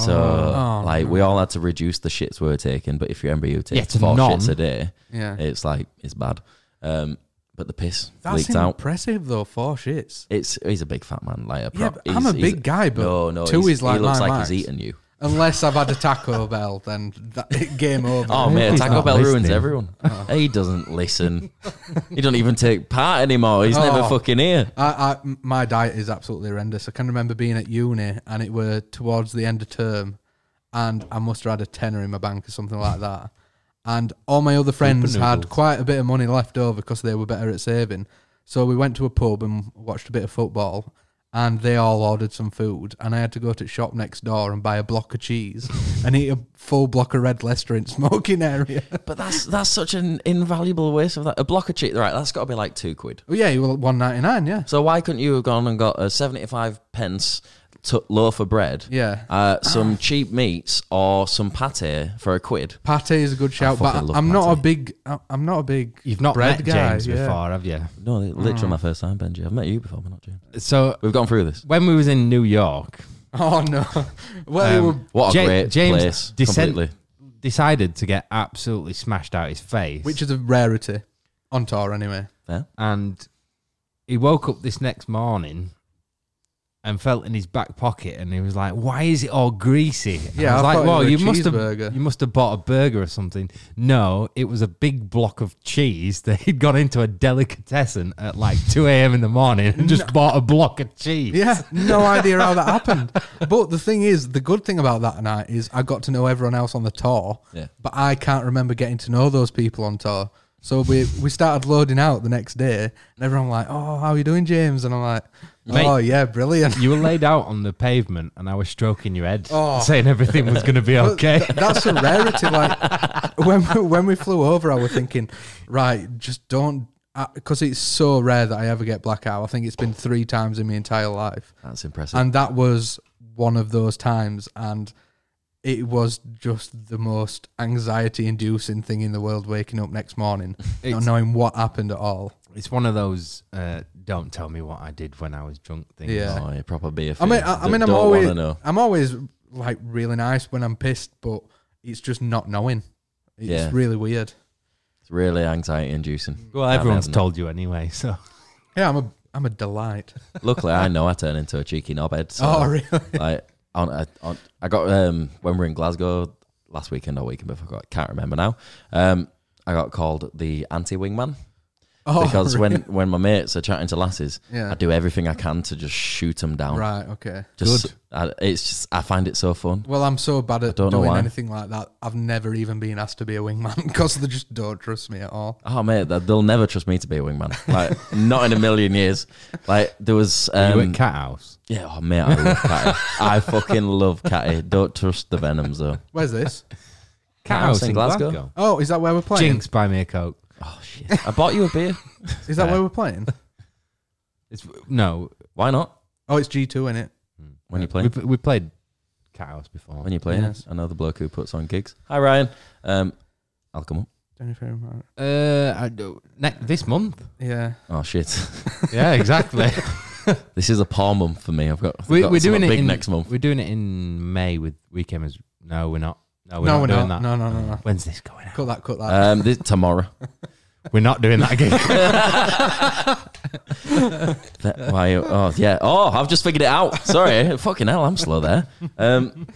So Oh, like we all had to reduce the shits we were taking. But if your embryo Yeah, takes to four none. shits a day, Yeah. it's like it's bad. Um, but the piss That's leaked out. impressive, though. Four shits. It's he's a big fat man. Like a Yeah, prop. but I'm a big guy, but no, no, two he's- is like he looks my like max. he's eating you. Unless I've had a Taco Bell, then that, game over. Oh man, he's Taco not Bell ruins listening. [LAUGHS] everyone. He doesn't listen. he don't even take part anymore. He's never Oh. fucking here. I, I, my diet is absolutely horrendous. I can remember being at uni and it were towards the end of term, and I must have had a tenner in my bank or something like that. And all my other friends had quite a bit of money left over because they were better at saving. So we went to a pub and watched a bit of football, and they all ordered some food. And I had to go to the shop next door and buy a block of cheese and eat a full block of red Leicester in smoking area. But that's that's such an invaluable waste of that. A block of cheese, right? That's got to be like two quid. Oh [LAUGHS] yeah, you were one ninety nine. Yeah, So why couldn't you have gone and got a seventy-five pence to loaf of bread? yeah. Uh, some cheap meats or some pate for a quid. Pate is a good shout, fucking but love I'm not a pate. big. I- I'm not a big. You've not bread met guy, James yeah. before, have you? No, literally Mm. my first time, Benji. I've met you before, but not James. So We've gone through this. when we was in New York, [LAUGHS] Oh no. Well, you were- What a Ja- great James place. descent- Completely. decided to get absolutely smashed out his face, which is a rarity on tour anyway. Fair. and he woke up this next morning and felt in his back pocket, and he was like, "Why is it all greasy?" And I Yeah, was I like, thought it "Well, was a you must have cheeseburger." you must have bought a burger or something." No, it was a big block of cheese that he'd gone into a delicatessen at like [LAUGHS] two a.m. in the morning and just bought a block of cheese. Yeah, no idea how that happened. But the thing is, the good thing about that night is I got to know everyone else on the tour. Yeah. But I can't remember getting to know those people on tour. So we we started loading out the next day, and everyone like, "Oh, how are you doing, James?" And I'm like, Mate. "Oh yeah, brilliant." You were laid out on the pavement, and I was stroking your head, Oh. saying everything was going to [LAUGHS] be okay. Th- that's a rarity. Like when we, when we flew over, I was thinking, right, just don't, because it's so rare that I ever get blackout. I think it's been three times in my entire life, That's impressive. and that was one of those times, and it was just the most anxiety-inducing thing in the world. Waking up next morning, not It's- knowing what happened at all. It's one of those uh, "don't tell me what I did when I was drunk" things. Yeah. oh, yeah, proper beer. I for mean, you. I, I D- mean, I'm don't wanna always, know. I'm always like really nice when I'm pissed, but it's just not knowing. It's Yeah. really weird. It's really anxiety inducing. Well, everyone's haven't. told you anyway, so Yeah, I'm a I'm a delight. Luckily, I know I turn into a cheeky knobhead. So [LAUGHS] oh really? like on, I- on I got um when we were in Glasgow last weekend or weekend before I got- can't remember now. Um, I got called the anti wingman [LAUGHS] Oh, because really? when when my mates are chatting to lasses, Yeah. I do everything I can to just shoot them down. right, okay. Just I, it's just I find it so fun. Well, I'm so bad at don't know doing why. anything like that. I've never even been asked to be a wingman [LAUGHS] because they just don't trust me at all. Oh mate, they- they'll never trust me to be a [LAUGHS] wingman. Like not in a million years. Like there was um, you at Cat House. yeah, oh mate, I love [LAUGHS] Catty. [LAUGHS] I fucking love Catty. Don't trust the Venoms though. Where's this? Cat House House in in Glasgow. Glasgow. Oh, is that where we're playing? Jinx, buy me a coke. Oh shit! I bought you a beer. Is that Yeah. where we're playing? It's no, Why not? Oh, it's G two in it. When you play, Uh, we, we played Cat House before. when you're playing Yes. another bloke who puts on gigs. Hi Ryan. Um, I'll come up. Jennifer. Mar- Uh, I do ne- this month. Yeah. Oh shit! [LAUGHS] Yeah, exactly. this is a poor month for me. I've got we, got we're doing something it big in, next month. We're doing it in May with Weekend. As no, we're not. No, Oh, we're no, not we're doing that. not. No, no, no, no. When's this going out? Cut that. Cut that. Um, this, [LAUGHS] tomorrow. We're not doing that [LAUGHS] again. That- why? Oh yeah. Oh, I've just figured it out. [LAUGHS] Sorry. Fucking hell, I'm slow there. Um,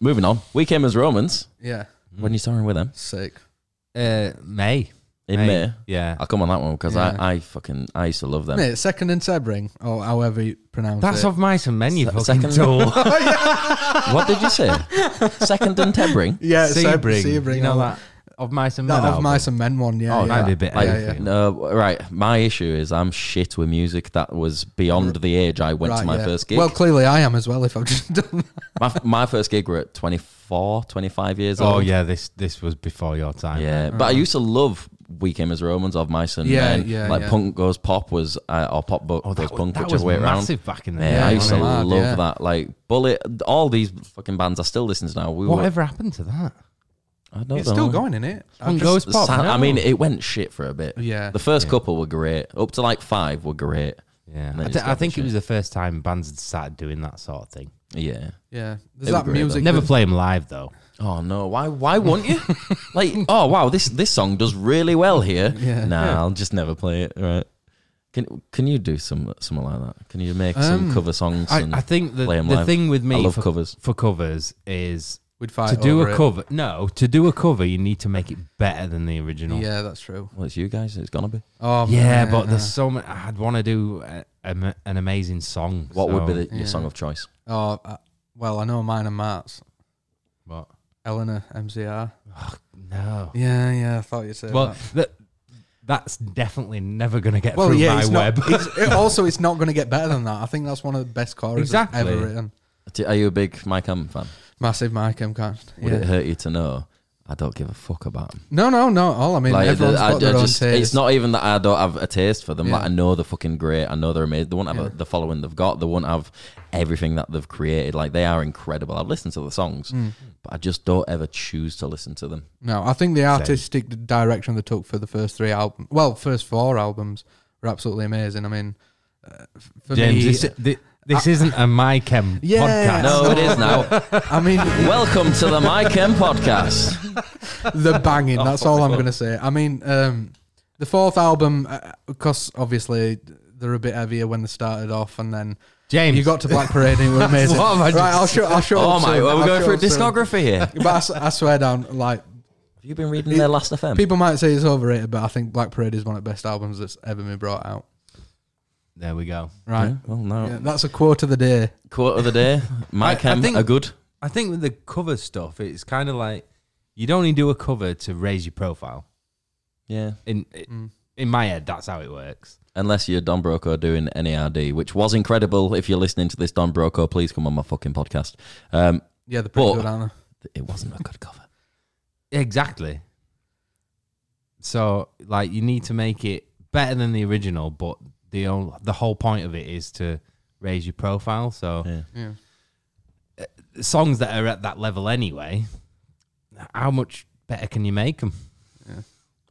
moving on. We came as Romans. yeah. When you starting with them Sick. uh, May in May. May, Yeah, I'll come on that one because Yeah. I, I fucking I used to love [LAUGHS] them. Mate, second and Sebring, or however you pronounce that's it. off my some menu. Se- Fucking second- tool. What did you [LAUGHS] say? Second and Tebring. [LAUGHS] yeah, Sebring. Sebring. You know that, that of mice and that men of album? Mice and Men one. Yeah. Oh, yeah. might be a bit Like, Yeah, yeah. No, right. My issue is I'm shit with music that was beyond the age I went to Right, my yeah. first gig. Well, clearly I am as well. If I've just [LAUGHS] done my, my first gig were at 24, 25 years old. Oh yeah, this this was before your time. Yeah, but I used to love We Came as Romans of Mice and Yeah, Men. yeah, like yeah. punk goes pop was uh, or pop bo- Oh, that, goes was, punk, that whichever was way around. massive back in the Yeah, day. I Yeah, used to it was mad, love yeah. that. Like Bullet, all these fucking bands I still listen to now. We were, Whatever happened to that? I don't it's know. still going in it. On I've Ghost The Pop. sound- I no. mean, it went shit for a bit. Yeah. The first couple were great. Up to like five were great. yeah, And then I, it's thi- I got think the it was the first time bands had started doing that sort of thing. Yeah. Yeah. It would There's that be great, music. It Never that- play them live though. Oh no! Why? Why won't [LAUGHS] you? like, oh wow, this this song does really well here. Yeah. Nah, Yeah. I'll just never play it. Right? Can Can you do some something like that? Can you make some Um, cover songs? I, and I think the, play 'em the live. thing with me I love for, covers. for covers is We'd fight to do over a it. cover. No, to do a cover, you need to make it better than the original. Yeah, that's true. Well, it's you guys. It's gonna be. Oh, Yeah, man. but there's so much. I'd want to do a, a- an amazing song. What would be so- the, your yeah. song of choice? Oh, uh, well, I know mine and Matt's. What? Eleanor MCR. No. Yeah, yeah. I thought you said. Well, that. that, that's definitely never going to get well, through yeah. my It's web. not, [LAUGHS] it's, it- also, it's not going to get better than that. I think that's one of the best choruses Exactly. ever written. T- Are you a big Mike Hammond fan? Massive Mike M. Can't. Would it Yeah. hurt you to know? I don't give a fuck about them. No, no, no. All I mean, everyone's I, got I their own just, taste. it's not even that I don't have a taste for them. Like Yeah. I know they're fucking great. I know they're amazing. They won't have Yeah. a, the following they've got. They won't have everything that they've created. Like they are incredible. I've listened to the songs, Mm. but I just don't ever choose to listen to [LAUGHS] them. No, I think the artistic direction they took for the first three albums, well, first four albums, were absolutely amazing. I mean, uh, f- for James, me, this, thi- this isn't a my [LAUGHS] chem podcast. Yeah. No, it is now. I mean, [LAUGHS] Welcome to the My Chem podcast. the [LAUGHS] banging. That's Oh, all I'm going to say. I mean, um, the fourth album, because obviously they're a bit heavier when they started off, and then James, you got to Black Parade and [LAUGHS] it was amazing. What have I right, just I'll show. I'll show. Oh them my! soon. Well, I'll we're going show for a them soon. discography here. [LAUGHS] Have But I s- I, swear down, like you been reading their last Um, FM? people might say it's overrated, but I think Black Parade is one of the best albums that's ever been brought out. There we go. Right. Well, no. Yeah, that's a quote of the day. Quote of the [LAUGHS] day: My I- I Chem think- are good. I think with the cover stuff, it's kind of like you'd only do a cover to raise your profile. Yeah. In Mm. in my head, that's how it works. Unless you're Don Broco doing NARD, which was incredible. If you're listening to this, Don Broco, please come on my fucking podcast. Um, Yeah, the pretty But- good, aren't it wasn't a good cover. Exactly. So, like, you need to make it better than the original, but the ol- the whole point of it is to raise your profile. So, Yeah. they? Yeah. songs that are at that level anyway, how much better can you make them?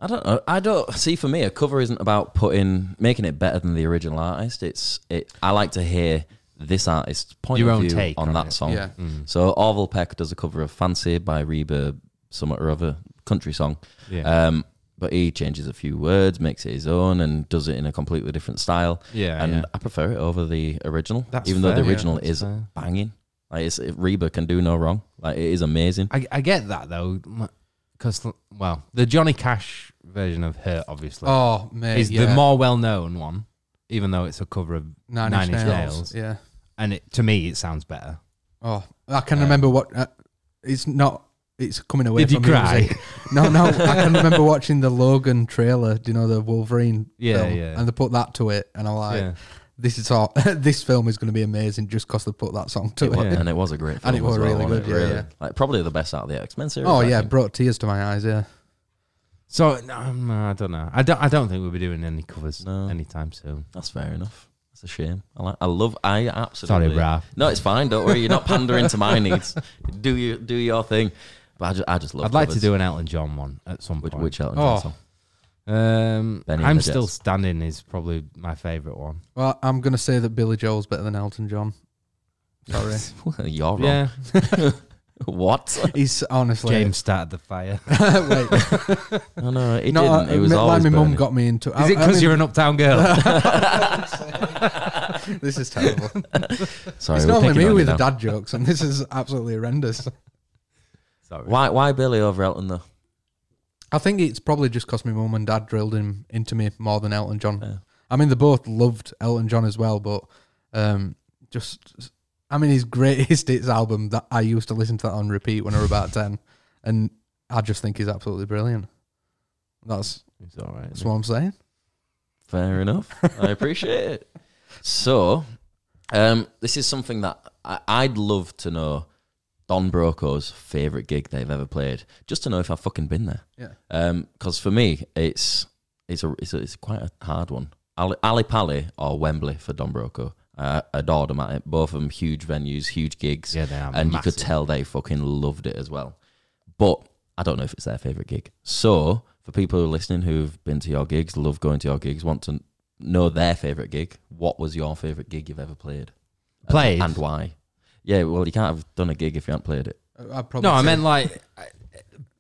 I don't know. I don't see for me a cover isn't about putting making it better than the original artist. It's it. I like to hear this artist's point Your of own view take on, on that it. song. Yeah. Mm, So Orville Peck does a cover of "Fancy" by Reba, some or other country song. Uh, Yeah. Um, but he changes a few words, makes it his own, and does it in a completely different style. Yeah, and yeah. I prefer it over the original, That's even though fair, the yeah, original that's is fair. banging. Like it's, Reba can do no wrong. Like it is amazing. I, I get that though, because well, the Johnny Cash version of "Hurt" obviously Oh man, is yeah. the more well-known one, even though it's a cover of Nine, Inch Nails, Yeah. and it, to me it sounds better. Oh, I can remember what uh, it's not. It's coming away. Did you from cry? music. No, no. I can remember watching the Logan trailer. Do you know the Wolverine? Yeah, film? yeah. And they put that to it, and I'm [LAUGHS] like, Yeah. this is all. [LAUGHS] this film is going to be amazing just because they put that song to it. It wa- And it was a great film. And it was as well, really wasn't it? good, yeah, Really. yeah. Like probably the best out of the X Men series. Oh I yeah, think. brought tears to my eyes. Yeah. um, uh, So no, no, I don't know. I don't. I don't think we'll be doing any covers No. anytime soon. that's fair enough. That's It's a shame. I, like, I love. I absolutely. Sorry, brah. No, it's fine. Don't worry. You're not pandering to my [LAUGHS] needs. Do you do your thing? But I just, I just love. I'd like covers. to do an Elton John one at some which, point. which Elton Oh. John song? Um, Benny and I'm the still Jets. standing is probably my favorite one. Well, I'm gonna say that Billy Joel's better than Elton John. [LAUGHS] Sorry, Well, You're wrong. Yeah, [LAUGHS] [LAUGHS] What? he's honestly. James started the fire. [LAUGHS] Wait, No, no, it no, didn't. I- it was like always my mum burning. got me into. Is it I- I because [LAUGHS] mean- you're an uptown girl? this is terrible. [LAUGHS] Sorry, we're it's normally picking me on you with the now. dad jokes, and this is [LAUGHS] absolutely horrendous. [LAUGHS] Sorry. Why? Why Billy over Elton though? I think it's probably just because my mum and dad drilled him into me more than Elton John. Yeah. I mean, they both loved Elton John as well, but um, just, I mean, his greatest [LAUGHS] hits album that I used to listen to that on repeat when I was about [LAUGHS] 10, and I just think he's absolutely brilliant. That's, It's all right. that's what I'm saying. Fair enough. I appreciate it. So, um, this is something that I, I'd love to know Don Broco's favorite gig they've ever played, just to know if I've fucking been there. Yeah. Because for me, it's it's a it's, a, it's quite a hard one. Ali, Ali Pali or Wembley for Don Broco. I adored them at it. Both of them huge venues, huge gigs, Yeah, they are. and you massive. could tell they fucking loved it as well. But I don't know if it's their favorite gig. So for people who are listening who've been to your gigs, love going to your gigs, want to know their favorite gig, what was your favorite gig you've ever played? And- Played? and why? Yeah, well, you can't have done a gig if you haven't played it. I probably No, I say- meant like I-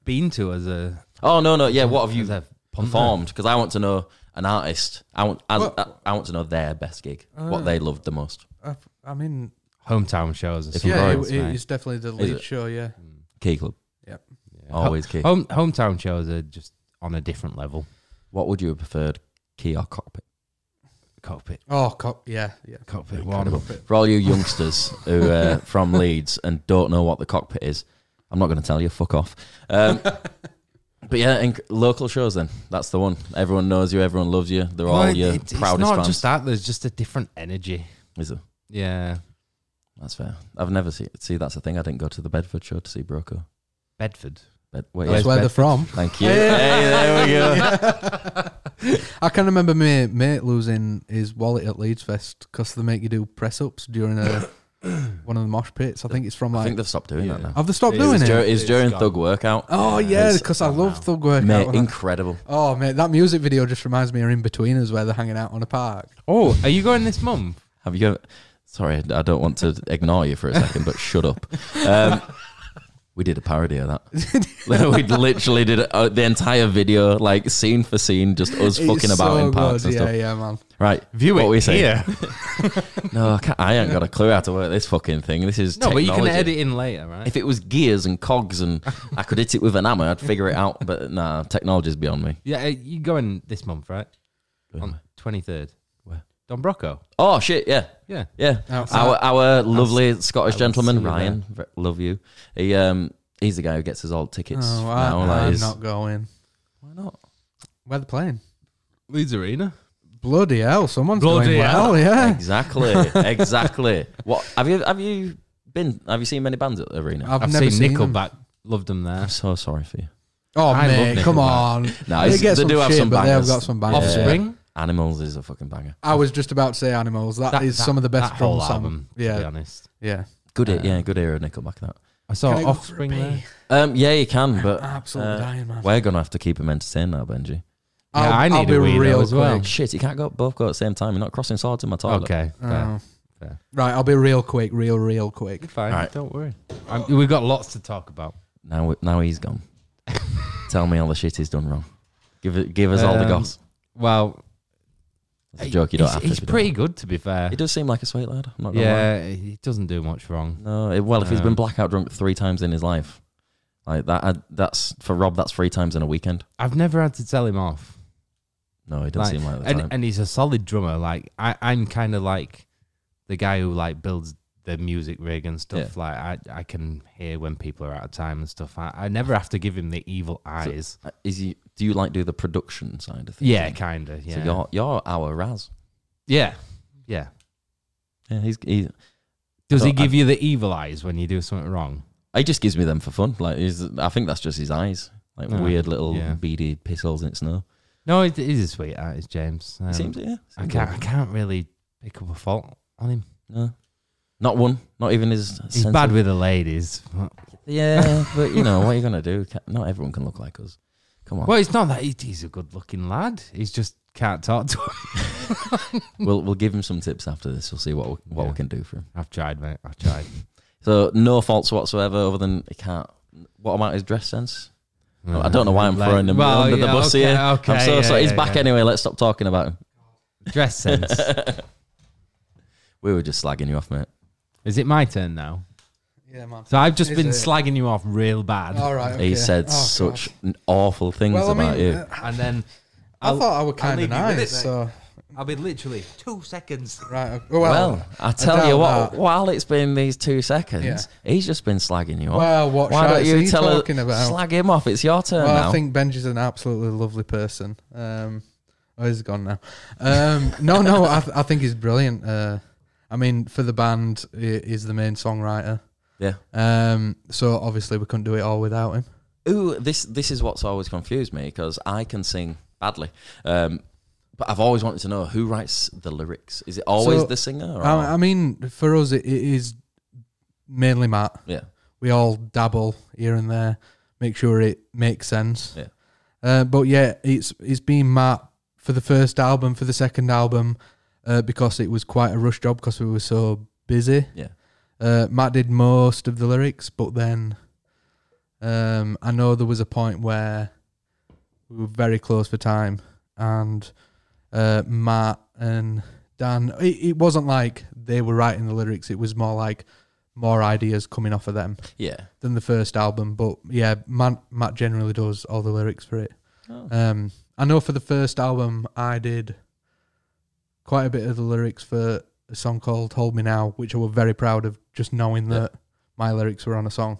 been to as a Oh no, no, yeah. What have you as a punter. performed? Because I want to know an artist. I want, I, Well- I, I want to know their best gig, Uh, what they loved the most. I, I mean, hometown shows. And If stuff you- yeah, like it, Royals, that, it- mate. it's definitely the lead it? show, yeah. Key Club, Yeah. Oh, always key. Home, hometown shows are just on a different level. What would you have preferred, key or cockpit? Cockpit, Oh, co- yeah, yeah. cockpit, Incredible. one. For all you youngsters who [LAUGHS] uh, from Leeds and don't know what the cockpit is, I'm not going to tell you. Fuck off. [LAUGHS] Um, but yeah, inc- local shows. Then that's the one. Everyone knows you. Everyone loves you. They're all Well, your it- proudest It's not fans. just that. There's just a different energy. Is it? Yeah, That's fair. I've never seen. See, that's the thing. I didn't go to the Bedford show to see Broco. Bedford. Bed- wait, That's yes, where Bed- they're from. [LAUGHS] Thank you. hey, there we [LAUGHS] go. I can remember my mate losing his wallet at Leeds Fest because they make you do press ups during [COUGHS] a one of the mosh pits. I think it's from I like. think they've stopped doing that Yeah. now. have they stopped It doing It's, it? dur- it's It's during gone. Thug workout. oh yeah, because I love the workout. Mate, when I- incredible. oh mate, that music video just reminds me of In Betweeners where they're hanging out on a park. Oh, are you going this month? Have you? ever- Sorry, I don't want to ignore you for a second, but shut up. [LAUGHS] Um, we did a parody of that. [LAUGHS] we literally did uh, the entire video, like scene for scene, just us It's fucking about so in parks good, and Yeah, stuff. yeah, man. Right, View what it we say? here. [LAUGHS] No, I, can't, I ain't got a clue how to work this fucking thing. This is No, but you can technology. edit in later, right? If it was gears and cogs and I could hit it with an hammer, I'd figure it out. But nah, technology's beyond me. yeah, uh, you going this month, right? On twenty third. Where? Don Brocco. Oh shit! Yeah, Yeah. Yeah, our, our lovely Scottish gentleman Ryan, v- love you. He um he's the guy who gets us all tickets. Oh, I, now, like, I'm he's- not going. Why not? Where they playing? Leeds Arena. Bloody hell! Someone's Bloody doing hell. well. Yeah, Exactly, exactly. What have you have you been? Have you seen many bands at the arena? I've, I've, never seen, seen them. Nickelback. Loved them there. I'm so sorry for you. Oh I love mate, come Nickelback. on! No, they it's- get they some do have shit, some but they've bangers. got some bangers. Offspring. Animals is a fucking banger. I was just about to say Animals. That- is that- some of the best that drum whole sound. album. Yeah. To be Yeah, honest, yeah. Good, e- yeah, good era of Nickelback. That. I saw Can I go for a Offspring pee? there. Um, yeah, you can, [LAUGHS] but Absolutely uh, dying, man. we're gonna have to keep him entertained now, Benji. I'll, Yeah, I I'll need be a wee real though as well. quick. Shit, you can't go both go at the same time. You're not crossing swords in my toilet. Okay. fair. Oh. Fair. Right, I'll be real quick, real, real quick. Fine. Alright. Don't worry. I'm, Um, we've got lots to talk about. Now, we- now he's gone. Tell me all the shit he's done wrong. Give it, give us all the Um, goss. Well, That's a joke. You don't he's, have to. he's if you don't pretty good, to be fair. He does seem like a sweet lad. I'm not gonna lie. Yeah, he doesn't do much wrong. No, it- well, if he's Um, been blackout drunk three times in his life, like that, I, that's for Rob. That's three times in a weekend. I've never had to tell him off. No, he doesn't seem like that. and, and he's a solid drummer. Like I, I'm kind of like the guy who like builds the music rig and stuff. Like I, I can hear when people are out of time and stuff. I, I never have to give him the evil eyes. Is he? Do you like do the production side of things? yeah, kind of. So Yeah, you're you're our Raz. yeah, yeah. Yeah, he's he. Does he don't- I- give you the evil eyes when you do something wrong? He just gives me them for fun. Like he's, I think that's just his eyes, like Yeah. weird little Yeah. beady piss holes in snow. No, it is a sweet eyes, James. Um, He seems yeah. I seems can't. I like- can't really pick up a fault on him. No, not one. Not even his. He's sense bad of- with the ladies. Yeah, but you know what are you gonna do? Ca- Not everyone can look like us. [LAUGHS] Come on, Well, it's not that he- he's a good-looking lad. He's just can't talk to him. we'll we'll give him some tips after this. We'll see what we, what Yeah. we can do for him. I've tried, mate. [LAUGHS] I've tried. So no faults whatsoever, other than he can't. What about his dress sense? I don't know why I'm throwing him Well, under the yeah, bus okay, here. okay, I'm so yeah, sorry. He's yeah, back yeah. anyway. Let's stop talking about him. [LAUGHS] Dress sense. We were just slagging you off, mate. Is it my turn now? Yeah, man. So I've just Is been it? slagging you off real bad, All right. Okay. He said Oh, such God. n awful things Well, I about mean, you. uh, and then I thought I were kind leave of you with nice. it, mate. So I'll be literally two seconds. right. okay. well, Well, I tell doubt you what, that. while it's been these two seconds, he's just been slagging you off. Well, what Why don't shite is you he tell her, talking about? slag him off? It's your turn well, now. I think Benji's an absolutely lovely person. Um, oh, he's gone now. Um, no, no, I, th- I think he's brilliant. Uh, I mean, for the band, he, he's the main songwriter. yeah. Um, so obviously we couldn't do it all without him. Ooh, this this is what's always confused me because I can sing badly, um, but I've always wanted to know who writes the lyrics. Is it always So, the singer? Or I, I mean, for us, it, it is mainly Matt. yeah, we all dabble here and there, make sure it makes sense. Yeah. Uh, but yeah, it's it's been Matt for the first album, for the second album, uh, because it was quite a rush job because we were so busy. Yeah. Uh, Matt did most of the lyrics, but then um, I know there was a point where we were very close for time, and uh, Matt and Dan. It, it wasn't like they were writing the lyrics; it was more like more ideas coming off of them yeah. than the first album, but yeah, Matt, Matt generally does all the lyrics for it. Oh. Um, I know for the first album, I did quite a bit of the lyrics for a song called "Hold Me Now," which I was very proud of, just knowing Yeah. that my lyrics were on a song.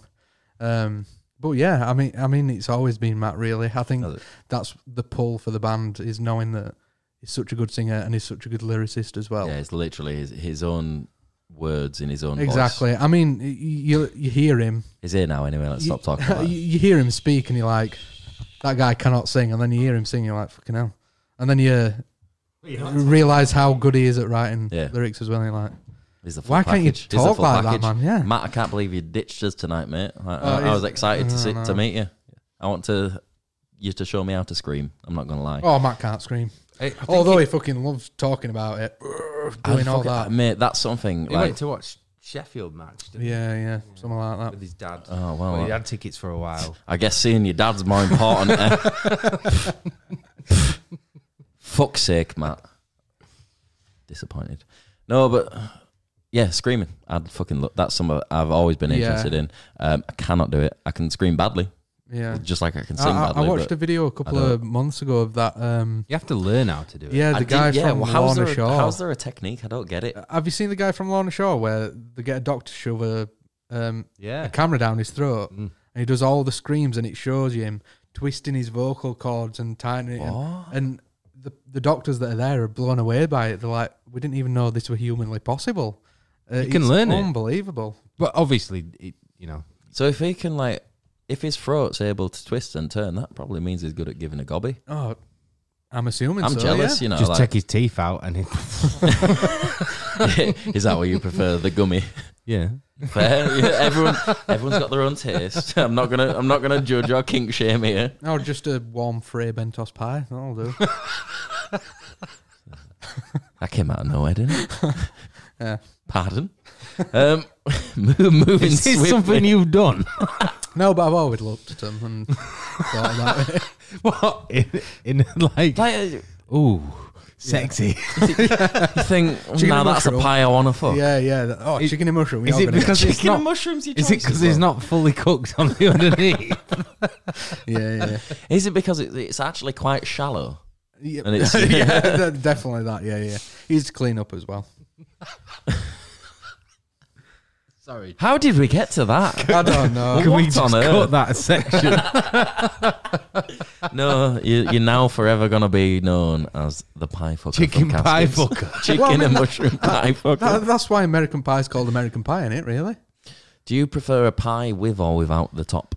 Um, but yeah, I mean, I mean, it's always been Matt. Really, I think Has it? that's the pull for the band is knowing that he's such a good singer and he's such a good lyricist as well. yeah, it's literally his, his own words in his own voice. exactly. I mean, y- you you hear him He's here now anyway. Let's you- stop [LAUGHS] talking about you, it. you hear him speak and you're like, that guy cannot sing. And then you hear him sing, you're like, fucking hell. And then you realize how good he is at writing Yeah. lyrics as well. And you're like, He's the full why can't you package. He's the talk full like package. that, man? Yeah. Matt, I can't believe you ditched us tonight, mate. I, I- I he's- was excited to no, sit, to no. meet you. I want to you to show me how to scream. I'm not gonna lie. Oh, Matt can't scream. Although he, fucking loves talking about it, I doing all fucking- that. mate. That's something. He Like, went to watch Sheffield match, didn't Yeah, yeah, something like he, that. with his dad? oh well, well, I- he had tickets for a [LAUGHS] while. I guess seeing your dad's more important. eh? Fuck's sake, Matt. Disappointed. No, but yeah, screaming. I'd fucking look. That's something I've always been Yeah. interested in. Um, I cannot do it. I can scream badly, Yeah. just like I can I, sing I- badly. I watched but a video a couple don't- of months ago of that. Um, You have to learn how to do it. yeah, I the didn't- guy yeah, from well, how's, Lorna there a, Shore. how's there a technique? I don't get it. Have you seen the guy from Lorna Shore where they get a doctor to shove a, um, yeah. a camera down his throat? Mm. and he does all the screams and it shows you him twisting his vocal cords and tightening it and, What? and the, the doctors that are there are blown away by it they're like we didn't even know this were humanly possible uh, You can it's learn it. unbelievable But obviously, it, you know, So if he can like, if his throat's able to twist and turn, that probably means he's good at giving a gobby. oh i'm assuming I'm so, jealous, yeah. you know. just like- check his teeth out and it, [LAUGHS] is that what you prefer, the gummy? yeah. Fair. Yeah, everyone, everyone's got their own taste. [LAUGHS] I'm not gonna, I'm not gonna judge our kink shame here. or just a warm frey bentos pie that'll do [LAUGHS] That came out of nowhere, didn't it? [LAUGHS] Yeah. Pardon. Um, [LAUGHS] mo- moving Is this swiftly. something [LAUGHS] you've done? no but i've always looked at them and thought [LAUGHS] about it what in, in like, like uh, you ooh, sexy? think [LAUGHS] Chicken now and that's a mushroom. pie I want to fuck. yeah yeah that- oh Is- chicken and mushroom we is are it gonna because get it's not- mushrooms. your Is it choice because he's well? not fully cooked on the underneath? chicken. yeah yeah, Is it because it, it's actually quite shallow? [LAUGHS] yeah. And it's- [LAUGHS] yeah that- definitely that yeah yeah he's clean up as [LAUGHS] well Sorry. How did we get to [LAUGHS] that? i don't know [LAUGHS] Can we What just on earth? cut that section? no, you, you're now forever gonna be known as the pie fucker. from Chicken pie Caskets. fucker. [LAUGHS] Chicken Well, I mean, and that- mushroom pie fucker. That, that's why American Pie is called American Pie, isn't it? Really? Do you prefer a pie with or without the top?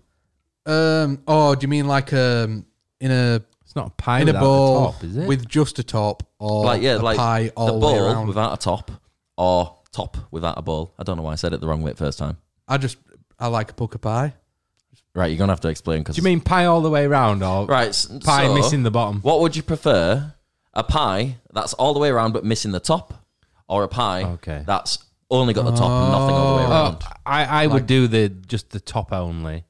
Um. Oh, do you mean like um in a It's not a pie in a without bowl the top, is it? with just a top or like yeah, a like pie all the the way bowl around. without a top or top without a bowl. I don't know why I said it the wrong way first time. I just I like a pucker pie. Right, you're gonna have to explain because Do you mean pie all the way around or right s- pie so, missing the bottom? What would you prefer? A pie that's all the way around but missing the top, or a pie Okay. that's only got the top and nothing all the way Oh, around? I, I would do the just the top only.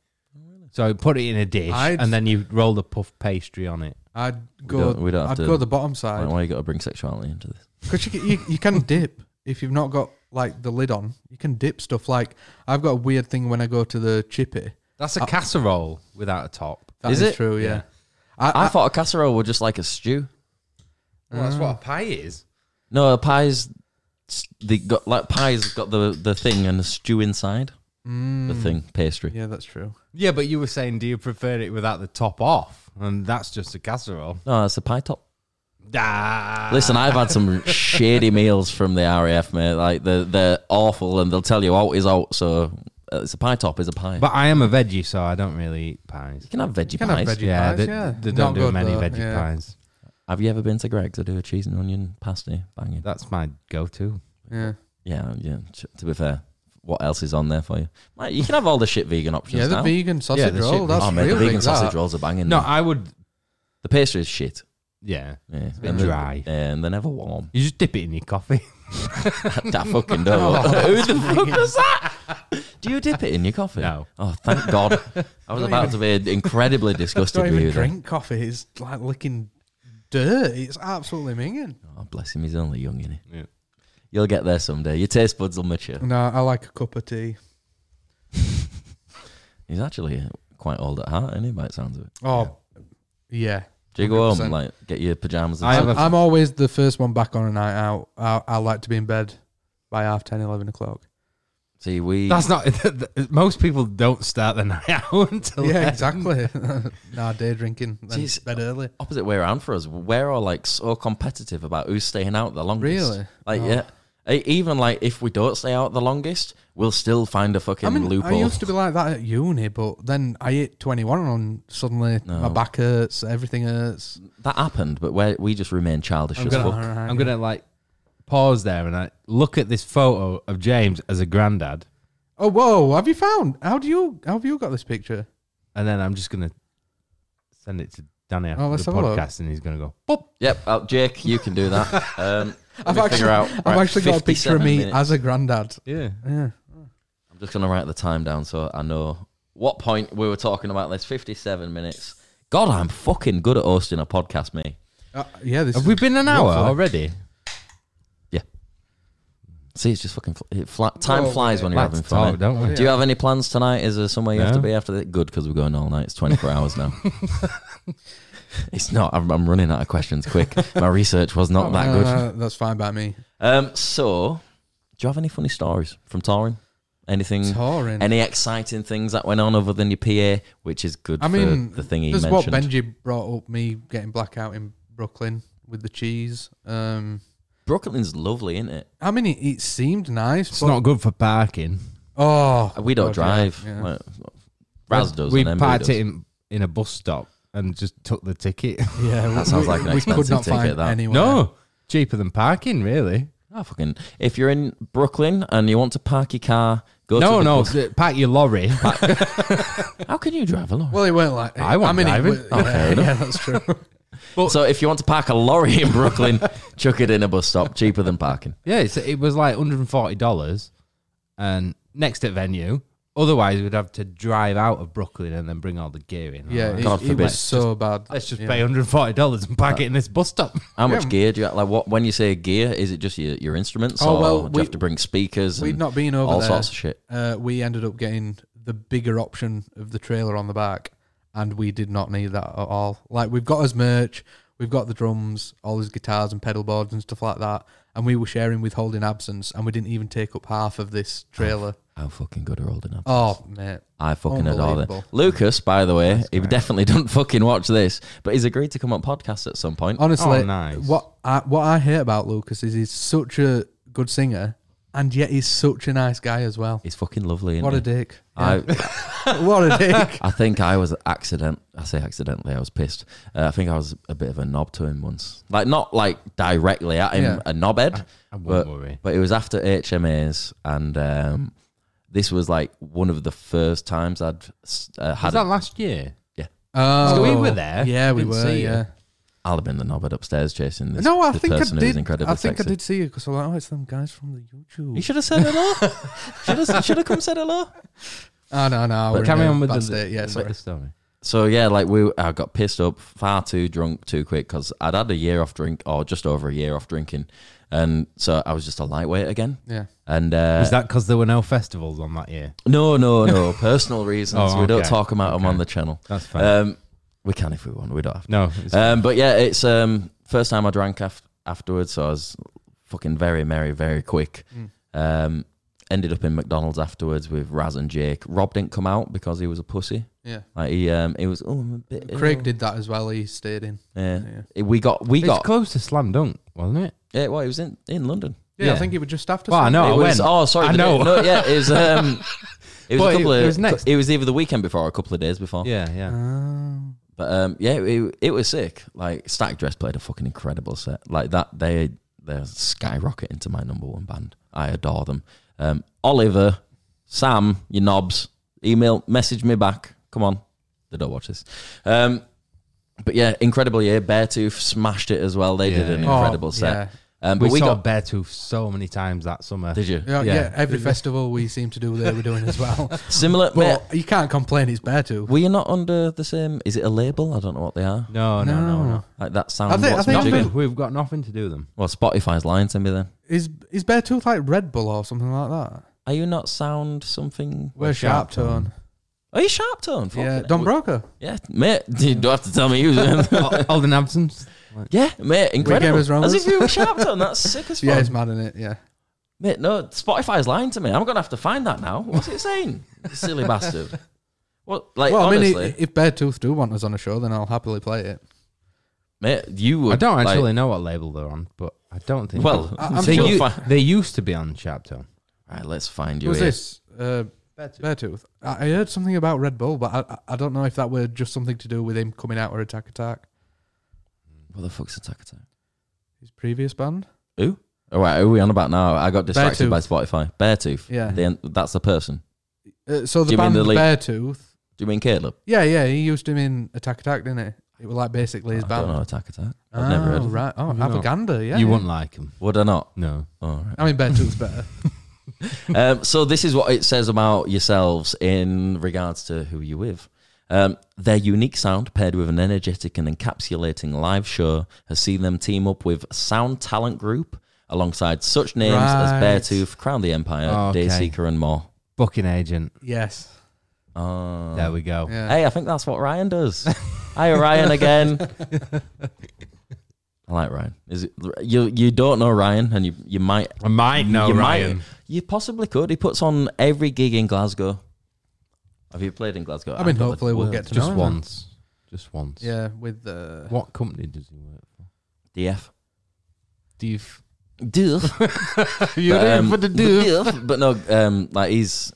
So I put it in a dish I'd- and then you roll the puff pastry on it. I'd go. don't- we don't have I'd to- go the bottom Why- side Why you got to bring sexuality into this? because you, can- you you can dip if you've not got like the lid on. You can dip stuff like I've got a weird thing when I go to the chippy. That's a casserole without a top. That Is is, it? true. Yeah. Yeah. I, I, thought a casserole was just like a stew. Well, that's what a pie is. No, a pie's they got like pie's got the the thing and the stew inside. The thing pastry. yeah, that's true. Yeah, but you were saying, do you prefer it without the top off? And that's just a casserole. No, that's a pie top. Ah. Listen, I've had some shady meals from the RAF, mate. Like they're they're awful, and they'll tell you out is out. So uh, it's a pie top is a pie. But I am a veggie, so I don't really eat pies. you can have veggie can have pies. Have, veggie- yeah, pies, they, yeah. they Not don't do good, many though, veggie yeah. pies. you ever been to Greg's? They do a cheese and onion pasty, banging. That's my go-to. Yeah. yeah, yeah. t- To be fair, what else is on there for you? Mate, you can have all the shit vegan options. Yeah, the now. vegan sausage the shit roll. we- That's Oh, mate, real the vegan big, sausage that. rolls are banging. No, No, I would. the pastry is shit. Yeah, Yeah, it's bit dry. and they're never [LAUGHS] warm. you just dip it in your coffee. [LAUGHS] I fucking don't. [LAUGHS] Who the fuck was that? Do you dip it in your coffee? No. Oh, thank [LAUGHS] God. I was about to be incredibly disgusted Don't with even you. then. drink coffee. It's like licking dirt. It's absolutely minging. Oh, bless him. He's only young, innit? Yeah. You'll get there someday. Your taste buds will mature. No, I like a cup of tea. He's actually quite old at heart, isn't he? By the sounds of it. Oh, yeah. Do you go home, 100%. like, get your pajamas and I have stuff? a- I'm always the first one back on a night out. I, I like to be in bed by half 10, 11 o'clock. See, we. That's not. [LAUGHS] most people don't start the [LAUGHS] night out until. Yeah, then. exactly. [LAUGHS] nah, day drinking, then Jeez. bed early. opposite way around for us. We're all like so competitive about who's staying out the longest. Really? Like, Oh. yeah. E- Even like if we don't stay out the longest, we'll still find a fucking I mean, loophole. I used to be like that at uni, but then I hit 21 and suddenly my No. back hurts, everything hurts. that happened, but we we just remain childish I'm as gonna, fuck. Alright, I'm gonna like pause there and I look at this photo of James as a granddad, Oh, whoa. Have you found? How do you, how have you got this picture? and then I'm just gonna send it to Danny after Oh, let's the have a look. podcast, and he's gonna go. Boop. Yep, uh, Jake, you can do [LAUGHS] that. Um, let I've me actually, figure out. I've Right, actually got a picture of 57 me minutes. as a granddad. Yeah. Yeah. I'm just gonna write the time down so I know what point we were talking about. This 57 minutes. God, I'm fucking good at hosting a podcast, me. Uh, yeah, this Have is we been an hour lovely. already? See, it's just fucking. Fl- it fla- time Whoa, flies when you're Like to having fun. talk, eh? don't we? Do you have any plans tonight? Is there somewhere you have to No. be after that? Good, because we're going all night. It's 24 hours [LAUGHS] now. it's not. I'm, I'm running out of questions quick. My research was not that [LAUGHS] good. Uh, that's fine by me. Um, so, do you have any funny stories from touring? Anything? Touring. Mm. Any exciting things that went on other than your PA, which is good I mean, for the thing he this is mentioned. what Benji brought up. Me getting blackout in Brooklyn with the cheese. Um, Brooklyn's lovely, isn't it? I mean, it, it seemed nice. It's but, not good for parking. Oh, We don't God, drive. yeah, yeah. Like, Raz does. We and MB parked does. it in, in a bus stop and just took the ticket. [LAUGHS] Yeah, That sounds like an expensive ticket, that. anywhere. no, cheaper than parking, really. Ah, fucking. If you're in Brooklyn and you want to park your car, go to no, the no, th- park [LAUGHS] your lorry. [LAUGHS] How can you drive a lorry? Well, it weren't like I wasn't it driving. wa- Oh, fair yeah, enough. yeah, that's true. [LAUGHS] so if you want to park a lorry in [LAUGHS] Brooklyn, chuck it in a bus stop, cheaper than parking. yeah, it's, it was like hundred and forty dollars, and next at venue. Otherwise, we'd have to drive out of Brooklyn and then bring all the gear in. Yeah, Like, it, God it forbid. was so bad. let's just yeah. pay hundred and forty dollars and park it in this bus stop. [LAUGHS] How much gear do you like? What when you say gear, is it just your, your instruments, Oh, or well, do you we- have to bring speakers? We'd and not been over all there. sorts of shit. Uh, we ended up getting the bigger option of the trailer on the back, and we did not need that at all. Like we've got his merch, we've got the drums, all his guitars and pedal boards and stuff like that, and we were sharing with Holding Absence, and we didn't even take up half of this trailer. How fucking good are old enough? Oh mate, I fucking adore it. unbelievable. Lucas, by the way, he definitely [LAUGHS] doesn't fucking watch this, but he's agreed to come on podcast at Oh, some point. honestly, nice. what I what I hate about Lucas is he's such a good singer, and yet he's such a nice guy as well. He's fucking lovely. Isn't What he? a dick! I- [LAUGHS] what a dick! [LAUGHS] I think I was accident. I say accidentally. I was pissed. Uh, I think I was a bit of a knob to him once. Like not like directly at him, Yeah. a knobhead. I wouldn't but, worry. But it was after HMAs, and um, this was like one of the first times I'd uh, had. Was that last year? Oh, So we were there. Yeah, we Didn't were. see you. Yeah. i will have been the knobhead upstairs chasing this. no, I this think I person who was did. incredibly I think I sexy. did see you because I'm like, oh, it's them guys from the YouTube. You should have said hello. [LAUGHS] should have should have come said hello. Oh no, no, we're in Carry a on with bad the, state, yeah, with sorry. the story. So yeah, like we, I got pissed up, far too drunk, too quick because I'd had a year off drink or just over a year off drinking, and so I was just a lightweight again. Yeah. And uh, Was that because there were no festivals on that year? no, no, no personal [LAUGHS] reasons? Oh, We don't okay. talk about them on Okay. the channel. That's fine. Um, we can if we want. We don't have to. no, it's- Um, but yeah, it's um first time I drank af- afterwards, so I was fucking very merry, very quick. Hmm. Um, ended up in McDonald's afterwards with Raz and Jake. Rob didn't come out because he was a pussy. Yeah, Like he um he was oh I'm a bit ill." Craig did that as well. He stayed in. Yeah. Yeah. We got we it's got close to slam dunk, wasn't it? yeah. Well, it was in in London. Yeah, I Yeah. think it was just after. Well, I Sunday. know. it I was, went. Oh, sorry. I the day- know. No, yeah, [LAUGHS] it was. Um, it was But a it- couple of. it was next. It was either the weekend before or a couple of days before. Yeah, yeah. Oh. But um, yeah, it, it was sick. Like Stack Dress played a fucking incredible set. Like that, they they're skyrocketing to my number one band. I adore them. Um, Oliver, Sam, your knobs, email, message me back. Come on, they don't watch this. Um, but yeah, incredible year. Beartooth smashed it as well. They did Yeah. an Oh, incredible set. Um, we, but we, saw got. Beartooth so many times that summer. Did you Yeah, yeah, Yeah. Every festival we seem to do, they were doing [LAUGHS] as well. similar? mate, But you can't complain. It's bear too. Were you not under the same? Is it a label? I don't know what they are. No, Oh, no, no, no. Like that I sound. think- what's I think Magic? I've Nothing. We've got nothing to do with [LAUGHS] them. well, Spotify's lying to me then. Is is bear tooth like Red Bull or something like that? Are you not sound something? We're, sharp tone. Are you sharp tone? Fucking Yeah, hell. Don Broker. Yeah, mate. [LAUGHS] You don't have to tell me who's [LAUGHS] in. Alden Absence. yeah, mate. Incredible. Gamers Rollers. As if you were sharp tone. That's sick as fuck. [LAUGHS] Yeah, it's mad in it. Yeah. Mate, no. Spotify's lying to me. I'm gonna have to find that now. What's it saying? [LAUGHS] Silly bastard. What? Like Well, honestly, I mean, i- if Bear Tooth do want us on a show, then I'll happily play it. mate. You would. I don't like- actually know what label they're on, but I don't think. well, I- I'm so they, sure- you- u- fi- they used to be on Sharp Tone. right, let's find you. Who's here. this? Uh, Bear Tooth. I I heard something about Red Bull, but I- I, I don't know if that were just something to do with him coming out or Attack Attack, What the fuck's attack attack? his previous band. Who? All right, who are we on about now? I got distracted Beartooth. by Spotify. Beartooth. Yeah. Then that's the person. Uh, so Do the you mean band the lead- Bear Tooth. Do you mean Caleb? Yeah, yeah, he used him in Attack Attack, didn't he? It was like basically his I band. don't know Attack Attack. I've never heard. Of Oh, it. right. Oh, Have you not? Avaganda, yeah. you wouldn't like them. Would I not? No. All [LAUGHS] right. I mean, Bear Tooth's better. um, so this is what it says about yourselves in regards to who you're with. Um, their unique sound, paired with an energetic and encapsulating live show, has seen them team up with Sound Talent Group alongside such names Right. as Beartooth, Crown the Empire, Okay. Dayseeker, and more. Booking agent. yes. Oh. There we go. Yeah. Hey, I think that's what Ryan does. Hi, Ryan again. I like Ryan. Is it you? You don't know Ryan, and you you might I might know you might- Ryan. you possibly could. He puts on every gig in Glasgow. Have you played in Glasgow? I mean, I've got the hopefully we'll words. get to Just know him. once. Just once. Yeah, with uh, the. What company does he work for? DF. [LAUGHS] Doof. DF. You're But, um, for the but [LAUGHS] doof. DF, But no, um, like he's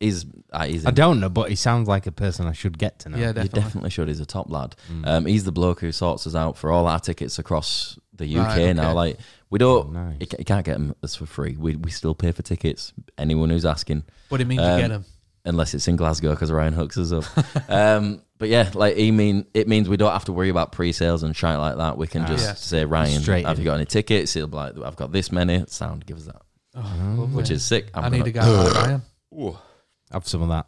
he's uh, he's. I in- don't know, but he sounds like a person I should get to know. Yeah, you definitely. definitely should. He's a top lad. Um, he's the bloke who sorts us out for all our tickets across the UK Right, now. okay. Like we don't, Oh, nice. you ca- you can't get them us for free. We we still pay for tickets. Anyone who's asking. But it means Um, you get him. unless it's in Glasgow because Ryan hooks us [LAUGHS] up. um, but yeah, like he mean it means we don't have to worry about pre-sales and shit like that. We can Ah. just Yeah. say Ryan, Straight have in. you got any tickets? He'll be like, I've got this many. Sound, give us that, Oh, Oh, which is sick. I need a gonna- guy [LAUGHS] like Ryan. [LAUGHS] Have some of that.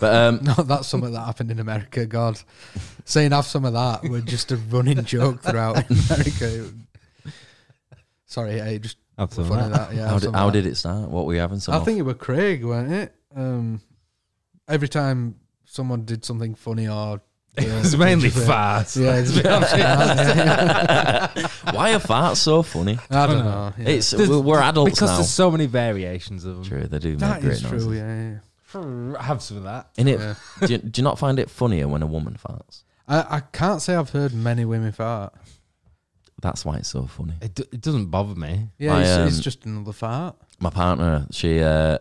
But um, No, that's something that happened in America. God, saying have some of that were just a running joke [LAUGHS] throughout America. Sorry, I just Have some of [LAUGHS] funny that. that. [LAUGHS] Yeah, how have did, some how of that. did it start? What were you having? Some I of? [LAUGHS] think it were Craig, weren't it? Um, every time someone did something funny or [LAUGHS] It was mainly fast. yeah, it's [LAUGHS] Why are farts so funny? I don't know. Yeah. It's we're, we're adults because now. there's so many variations of them. True, they do make that great is noises. true. Yeah, yeah. Have some of that. In it, Yeah. do, you, do you not find it funnier when a woman farts? I, I can't say I've heard many women fart. That's why it's so funny. It, do- it doesn't bother me. Yeah, I, it's, it's um, just another fart. My partner, she uh,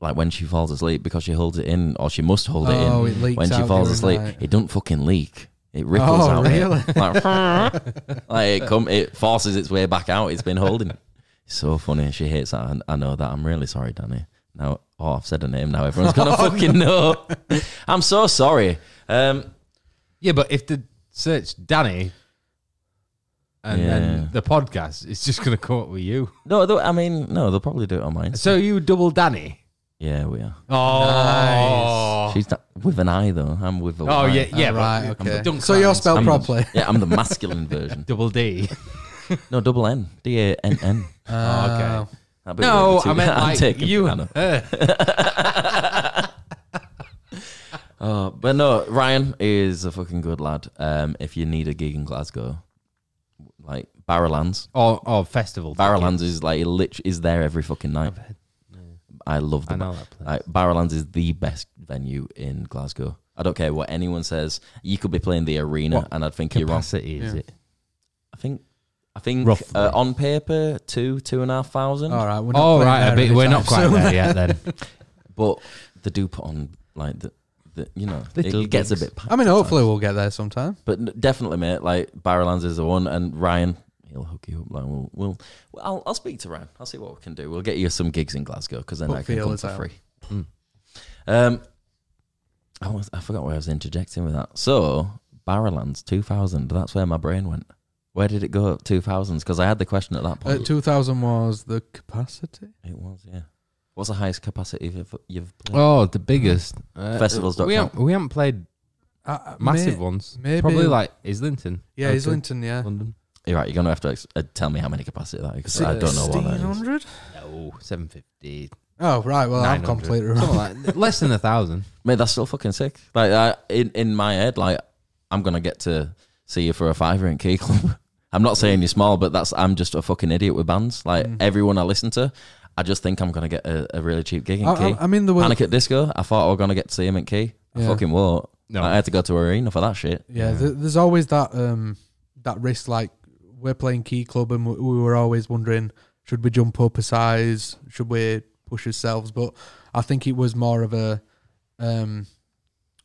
like when she falls asleep because she holds it in, or she must hold it in. Oh, it leaks when she out falls asleep, during night. it don't fucking leak. It ripples Oh, out. really? It. Like, [LAUGHS] like it come, it forces its way back out. It's been holding. It's so funny. She hates that. and I know that. I'm really sorry, Danny. Now, oh, I've said her name. Now everyone's gonna [LAUGHS] fucking know. I'm so sorry. Um, Yeah, but if the search Danny and Yeah. then the podcast, it's just going to come up with you. no, though, I mean, no, they'll probably do it on mine. [LAUGHS] So you double Danny. yeah, we are. Oh, She's not, with an I though. I'm with a oh Y. yeah, yeah, Oh, but right, I'm okay. the dunk So you're clowns. spelled I'm- properly. Yeah, I'm the masculine version. double D. No, double N. D A N [LAUGHS] N. Oh, Uh, [LAUGHS] okay. No, [LAUGHS] I [LAUGHS] meant like you. know. Uh, Uh, but no, Ryan is a fucking good lad. Um, if you need a gig in Glasgow, like Barrowlands, [LAUGHS] or, or festival. Barrowlands is like it lit- is there every fucking night. I love the I know that place. like, Barrowlands is the best venue in Glasgow. I don't care what anyone says. You could be playing the arena, What and I'd think you're wrong. Capacity is Yeah. it? I think, I think Roughly. uh, on paper two two and a half thousand. all right. We're not All putting Oh, right, there a bit, anytime we're not quite soon. there yet. Then But they do put on like the, the you know They do it gets a gigs. bit. packed [LAUGHS] I mean, at hopefully times. we'll get there sometime. Uh, but n- definitely, mate. Like Barrowlands is the one, and Ryan he'll hook you up. Like we'll, we'll well, I'll, I'll speak to Ryan. I'll see what we can do. We'll get you some gigs in Glasgow because then Put I can come feelers for out. free. Hmm. Um, I was I forgot where I was interjecting with that. So Barrowlands 2000. That's where my brain went. Where did it go? at 2000s? Because I had the question at that Uh, point. 2000 was the capacity. it was yeah. What's the highest capacity you've you've played? oh, the biggest uh, Festivals.com. We haven't, we haven't played Uh, massive may- ones. maybe- Probably like Islington. Yeah, Okay. Islington, yeah. London. You're right. You're gonna have to ex- uh, tell me how many capacity that is 'cause I don't know what that is. 1600? No, seven fifty. Oh, right. Well, I'm 900. completely wrong. Less than a thousand. Mate, that's still fucking sick. Like I, in in my head, like I'm gonna get to see you for a fiver in Key Club. [LAUGHS] I'm not saying you're small, but that's I'm just a fucking idiot with bands. Like Mm. everyone I listen to, I just think I'm gonna get a, a really cheap gig in I, Key. I, I mean, there were. Panic at Disco. I thought I was gonna get to see him at Key. I Yeah. fucking won't. No. Like, I had to go to arena for that shit. yeah, Yeah. th- there's always that um that risk. Like we're playing Key Club, and we, we were always wondering should we jump up a size? Should we push ourselves? But I think it was more of a um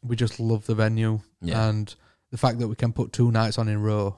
we just love the venue Yeah. and the fact that we can put two nights on in row.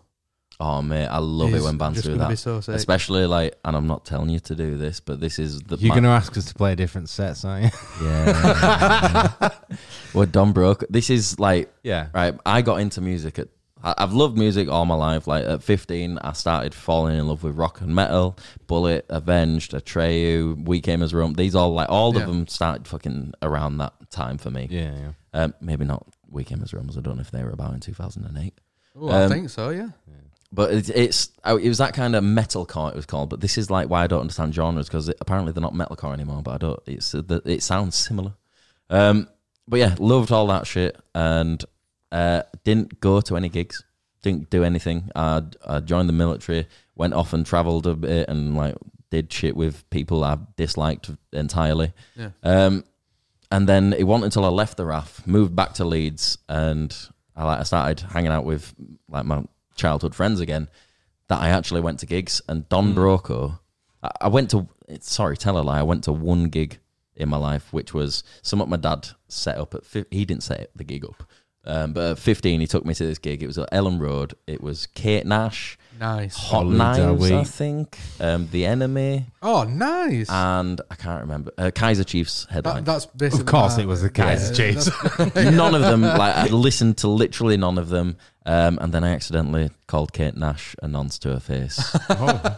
oh mate, I love it is when bands just do gonna Be that. so sick. Especially like, and I'm not telling you to do this, but this is the You're my- going to ask us to play different sets, aren't you? yeah. [LAUGHS] [LAUGHS] We're done broke. This is like [LAUGHS] Yeah. right i got into music at I- I've loved music all my life. Like at 15, I started falling in love with rock and metal. Bullet, Avenged, Atreyu, We Came as Rome. These all like all Yeah. of them started fucking around that time for me. Yeah. yeah. Um, maybe not We Came as Rome. 'cause I don't know if they were about in 2008. Ooh, Oh, I um, think so. Yeah. But it's, it's oh, it was that kind of metalcore it was called. But this is like why I don't understand genres because apparently they're not metalcore anymore. But I don't. It's uh, the, it sounds similar. Um, but yeah, loved all that shit and uh, didn't go to any gigs. Didn't do anything. I, I joined the military, went off and travelled a bit, and like did shit with people I disliked entirely. Yeah. Um, and then it wasn't until I left the RAF, moved back to Leeds, and I like I started hanging out with like my childhood friends again, that I actually went to gigs. And Don Broco, I, I went to it's- sorry, tell a lie. I went to one gig in my life, which was something my dad set up. At fif- he didn't set the gig up, um, but at fifteen he took me to this gig. It was at Ellen Road. It was Kate Nash, Nice. Hot Hollywood Knives, I Week. think, um, The Enemy, Oh, nice. and I can't remember uh, Kaiser Chiefs headline. that, that's basically. Of course, that. it was the Kaiser [LAUGHS] Yeah, Chiefs. [LAUGHS] none of them. Like I listened to literally none of them, um, and then I accidentally called Kate Nash a nonce to her face. Oh. [LAUGHS]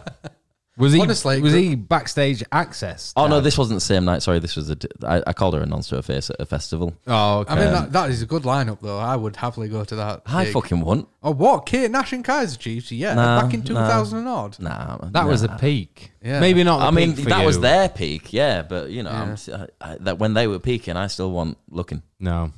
Was he? Honestly, was gr- he backstage access? oh no, Dad? this wasn't the same night. Sorry, this was a. di- I, I called her a nonce to her face at a festival. Oh, I okay. mean, Um, that, that is a good lineup, though. I would happily go to that. I gig. fucking won't. Oh, what? Kate Nash and Kaiser Chiefs? Yeah, No, back in no. 2000 and odd. Nah, that was a nah. peak. Yeah. Maybe not. I the mean, peak for that was you. their peak, yeah. But you know, Yeah. I'm, s- I, I- that when they were peaking, I still want looking. No.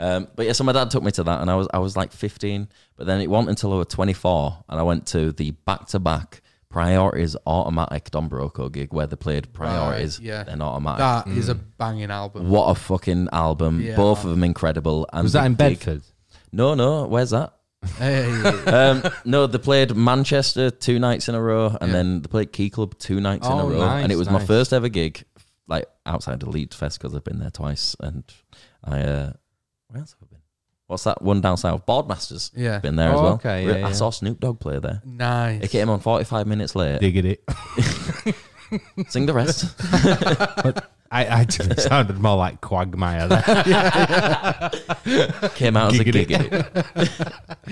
Um, but yeah, so my dad took me to that, and I was I was like 15. But then it wasn't until I was 24, and I went to the back to back priorities automatic Don Broco gig where they played priorities Right, yeah. then automatic. That is a banging album. mm. What a fucking album! Yeah. Both of them incredible. And Was that the in gig- Bedford? No, no. Where's that? Hey. [LAUGHS] Um, no, they played Manchester two nights in a row, and Yeah. then they played Key Club two nights in Oh, a row, nice, and it was my nice. first ever gig, like outside the Leeds Fest because I've been there twice, and I uh, where else have I been? What's that one down south? Boardmasters yeah. been there as Oh, well. okay, Re- yeah, I yeah. saw Snoop Dogg play there. Nice. It came on forty five minutes late. Digging it. Sing the rest. [LAUGHS] I, [LAUGHS] I just sounded more like Quagmire there. came out as a Giggity. gig.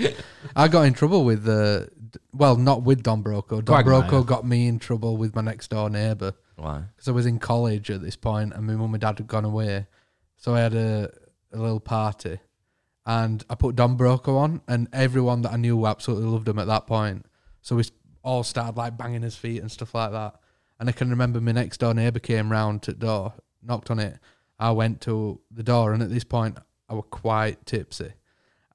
it. I got in trouble with the. Well, not with Don Broco. Don Quagmire. Broco got me in trouble with my next door neighbour. Why? because I was in college at this point, and my mum and dad had gone away, so I had a, a little party, and I put Don Broco on, and everyone that I knew absolutely loved him at that point. So we s- all started like banging his feet and stuff like that. And I can remember my next door neighbour came round to the door, knocked on it. I went to the door, and at this point, I were quite tipsy.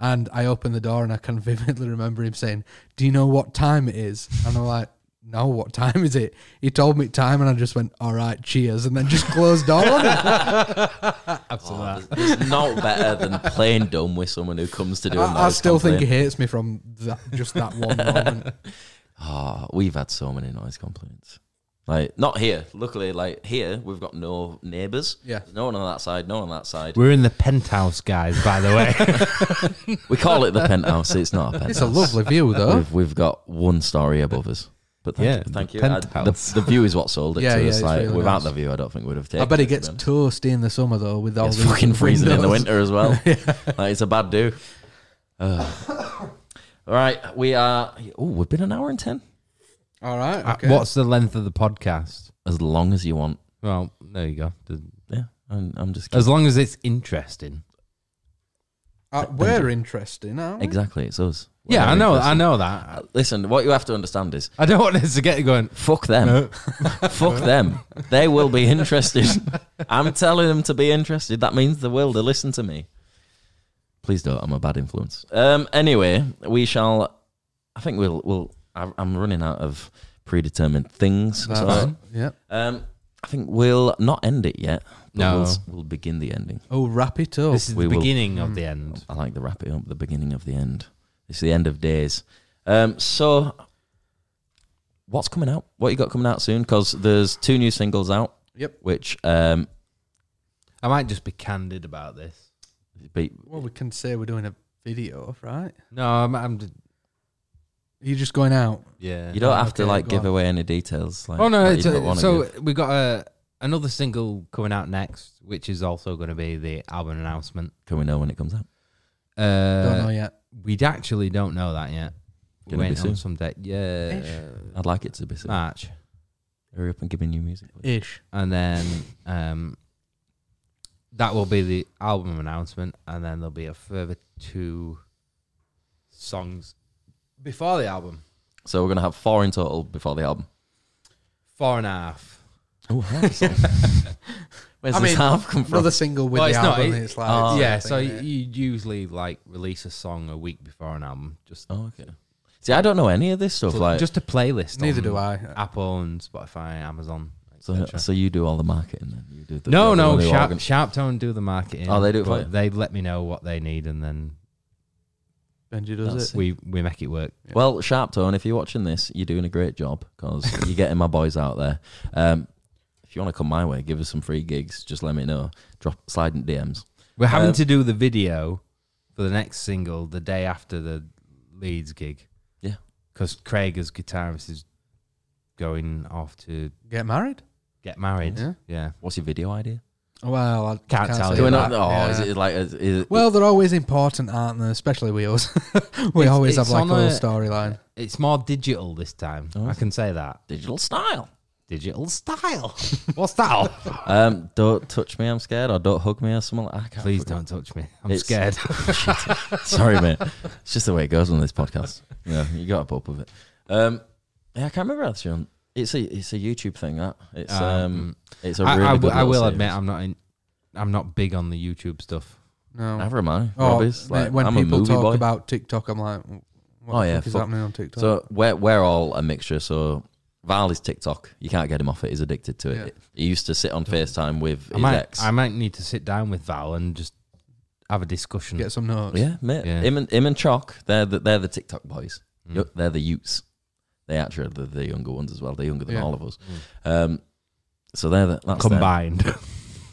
And I opened the door, and I can [LAUGHS] vividly remember him saying, "Do you know what time it is?" And I'm like, "No, what time is it?" He told me time, and I just went, "All right, cheers," and then just [LAUGHS] closed door on it. Oh, there's, there's not better than playing dumb with someone who comes to do. a I, I noise still think he complaint. hates me from that, just that one moment. Oh, we've had so many noise complaints. Like not here. Luckily, like here, we've got no neighbours. Yeah. There's no one on that side. No one on that side. We're in the penthouse, guys, by the [LAUGHS] way. we call it the penthouse. It's not a penthouse. [LAUGHS] It's a lovely view, though. We've, we've got one story above us. But thank Yeah, you. Thank the you. I- penthouse. the, the view is what sold it Yeah, to yeah, us. it's Like really without nice. the view, I don't think we'd have taken. I bet it to be gets honest. toasty in the summer though, with all It's these fucking freezing in the windows. winter as [LAUGHS] well. Like, it's a bad do. Ugh. All right, we are. Oh, we've been an hour and ten. All right. Uh, Okay. What's the length of the podcast? As long as you want. Well, there you go. The- Yeah, I'm, I'm just kidding. As long as it's interesting. Uh, we're interesting, aren't we? exactly. It's us. We're yeah, I very know. I interesting. know that. Listen, what you have to understand is I don't want us to get going. fuck them. No. [LAUGHS] Fuck them. They will be [LAUGHS] interested. I'm telling them to be interested. That means they will. They listen to me. Please don't. I'm a bad influence. Um. Anyway, we shall. I think we'll. We'll. I- I'm running out of predetermined things. That's so, fine. Yeah. um. I think we'll not end it yet. but No. We'll, s- we'll begin the ending. Oh, wrap it up. This is We the will- beginning of the end. I like the wrap it up. The beginning of the end. It's the end of days. Um. So. What's coming out? What you got coming out soon? Because there's two new singles out, Yep. which um, I might just be candid about this. But Well, we can say we're doing a video, right? No, I'm. I'm d- Are you just going out? yeah. you don't Oh, have to okay, like go give on. away any details. Like, oh no! that It's you don't a, wanna so give. we got a, another single coming out next, which is also going to be the album announcement. can we know when it comes out? Uh, Don't know yet. We actually don't know that yet. Gonna be Waiting on soon. some date. Yeah, I'd like it to be soon. March, Hurry up and give me new music. please. Ish. and then um, that will be the album announcement, and then there'll be a further two songs before the album. So we're gonna have four in total before the album. Four and a half. Oh, [LAUGHS] where's I this mean, half come from? Another single with Well, the it's not- album. it- it's like Oh, yeah, so yeah. you usually like release a song a week before an album, just oh, okay. See, I don't know any of this stuff. to- like, just a playlist. Neither on do I. Apple and Spotify, Amazon. so, etc. so you do all the marketing. Then. You do the, no, you're the no, one who Sharp, organ- Sharptone do the marketing. Oh, they do it for but you? They let me know what they need, and then Benji does That's it. we we make it work. Well, Sharp Tone, if you're watching this, you're doing a great job because you're getting my boys out there. Um, if you want to come my way, give us some free gigs. Just let me know. Drop sliding DMs. We're having Um, to do the video for the next single the day after the Leeds gig. Yeah. because Craig as guitarist is going off to Get married? get married. Yeah. yeah. What's your video idea? Well, I Can't can't, tell you say Do we that. not? Oh, Yeah. is it like? Is, is, Well, they're always important, aren't they? Especially [LAUGHS] we us. we It's- always it's have like on a little a- storyline. It's more digital this time. Oh, I is can say that. digital style. [LAUGHS] Digital style. What's that? Um, don't touch me, I'm scared, or don't hug me, or something. Like, I can't Please don't touch me. I'm It's- scared. [LAUGHS] Sorry, mate. It's just the way it goes on this podcast. Yeah, you got to pop with it. Um, yeah, I can't remember how it's on. It's a it's a YouTube thing that it's um, it's a I, really I, good w- I little will series. admit I'm not in, I'm not big on the YouTube stuff. No. Never mind. Oh, Robbie's, mate, like, when I'm people a movie talk boy. about TikTok, I'm like, what Oh, the yeah, fuck is fuck. happening on TikTok? so we're we're all a mixture. So Val is TikTok. You can't get him off it. He's addicted to it. He used to sit on FaceTime with I his might ex. I might need to sit down with Val and just have a discussion. Get some notes. Yeah, mate. Yeah. Him and him and Chalk, they're the, they're the TikTok boys. Yo- They're the youths. They actually are the, the younger ones as well. They're younger than Yeah. all of us. Um, so they're the, that's them. combined.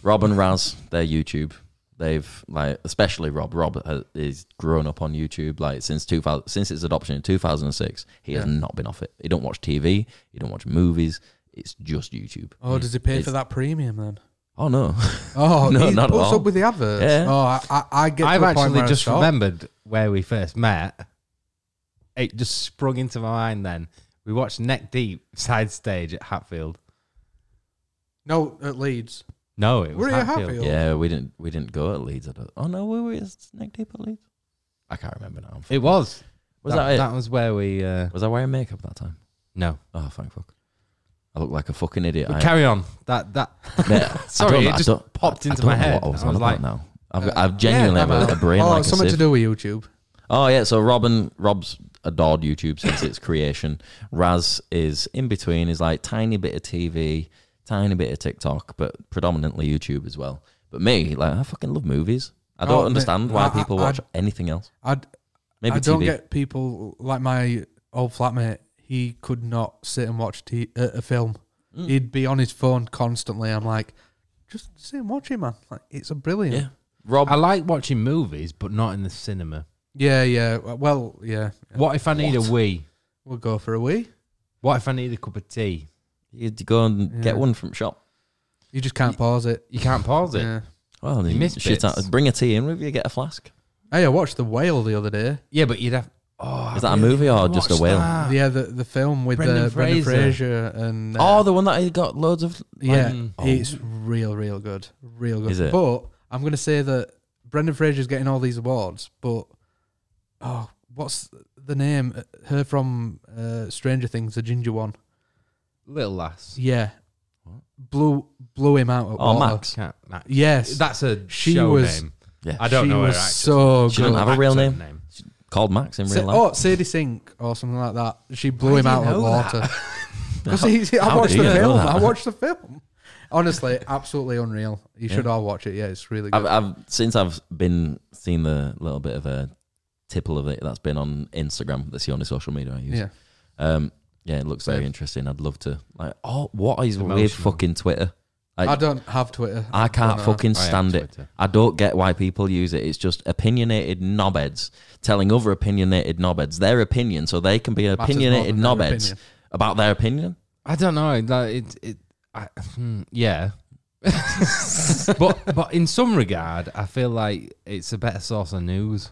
Rob and Raz, their YouTube. They've like, especially Rob. Rob has, is grown up on YouTube like since two thousand since its adoption in two thousand and six. He has Yeah. not been off it. He don't watch TV. He don't watch movies. It's just YouTube. Oh, does he pay It's- for that premium then? Oh no, [LAUGHS] Oh, No, he not at puts all. up with the adverts. Yeah. Oh, I, I, I get. To I've the point actually where I just stop. remembered where we first met. It just sprung into my mind then. We watched Neck Deep side stage at Hatfield. No, at Leeds. No, it was Were you at Hatfield. Hatfield? yeah, we didn't we didn't go at Leeds. At oh no, we were at Neck Deep at Leeds. I can't remember now. It was. Was that, it? That was where we. Uh, Was I wearing makeup that time? no, Oh, thank fuck. I look like a fucking idiot. [LAUGHS] But I- carry on. [LAUGHS] That that. Mate, [LAUGHS] Sorry, I don't it know- I just don't- popped I into don't my know head. What I was, on I was about like- uh, now. I've, got, I've genuinely yeah, have a, a [LAUGHS] brain oh, like a it's something sieve. to do with YouTube. Oh yeah, so Robin Rob's adored YouTube since its creation. Raz is in between, is like tiny bit of TV, tiny bit of TikTok, but predominantly YouTube as well. But me, like I fucking love movies. I Oh, don't mate, understand why I- I- people I- watch anything else. I, Maybe I don't TV. get people like my old flatmate. He could not sit and watch t- uh, a film. Mm. He'd be on his phone constantly. I'm like, just sit and watch it, man. Like it's a brilliant. yeah. Rob I like watching movies, but not in the cinema. Yeah, yeah. Well, yeah. What if I need What? a wee? We'll go for a wee. What if I need a cup of tea? you go and get Yeah. one from shop. You just can't pause it. You can't pause it. Yeah, Yeah. Well, You you miss shit bits. out. Bring a tea in with you, get a flask. Hey, I watched The Whale the other day. but you'd have. Oh, Is that a movie or just a whale? Yeah, the the film with Ah. Brendan uh, Brendan Fraser. Fraser and uh, Oh, the one that he got loads of yeah, Biden. it's real, real good, real good. Oh. Is it? But I'm gonna say that Brendan Fraser's getting all these awards, but oh, what's the name? Her from uh, Stranger Things, the ginger one. Little lass. Yeah, What? blew blew him out. At Oh, water. Max. Can't, Max. Yes, That's a She show was- name. Yeah. I don't she know her was actress. so She doesn't good. have a real Actor name. called Max in Sa- real life. oh, Sadie Sink or something like that. She blew him do you out of know water. [LAUGHS] [LAUGHS] Because I How watched do the you know film. that? I watched the film. Honestly, absolutely unreal. You should all watch it. Yeah, it's really good. I've, I've since I've been seen the little bit of a tipple of it that's been on Instagram. That's the only social media I use. yeah. Um, yeah, it looks very Same. interesting. I'd love to like. Oh, what is Emotional. with fucking Twitter? Like, I I, don't have Twitter. can't don't know. fucking stand it. I don't get why people use it. It's just opinionated knobheads telling other opinionated knobheads their opinion, so they can be more opinionated than their knobheads opinion. about their opinion. I don't know. Like it, it, I, hmm, yeah. [LAUGHS] but but in some regard, I feel like it's a better source of news.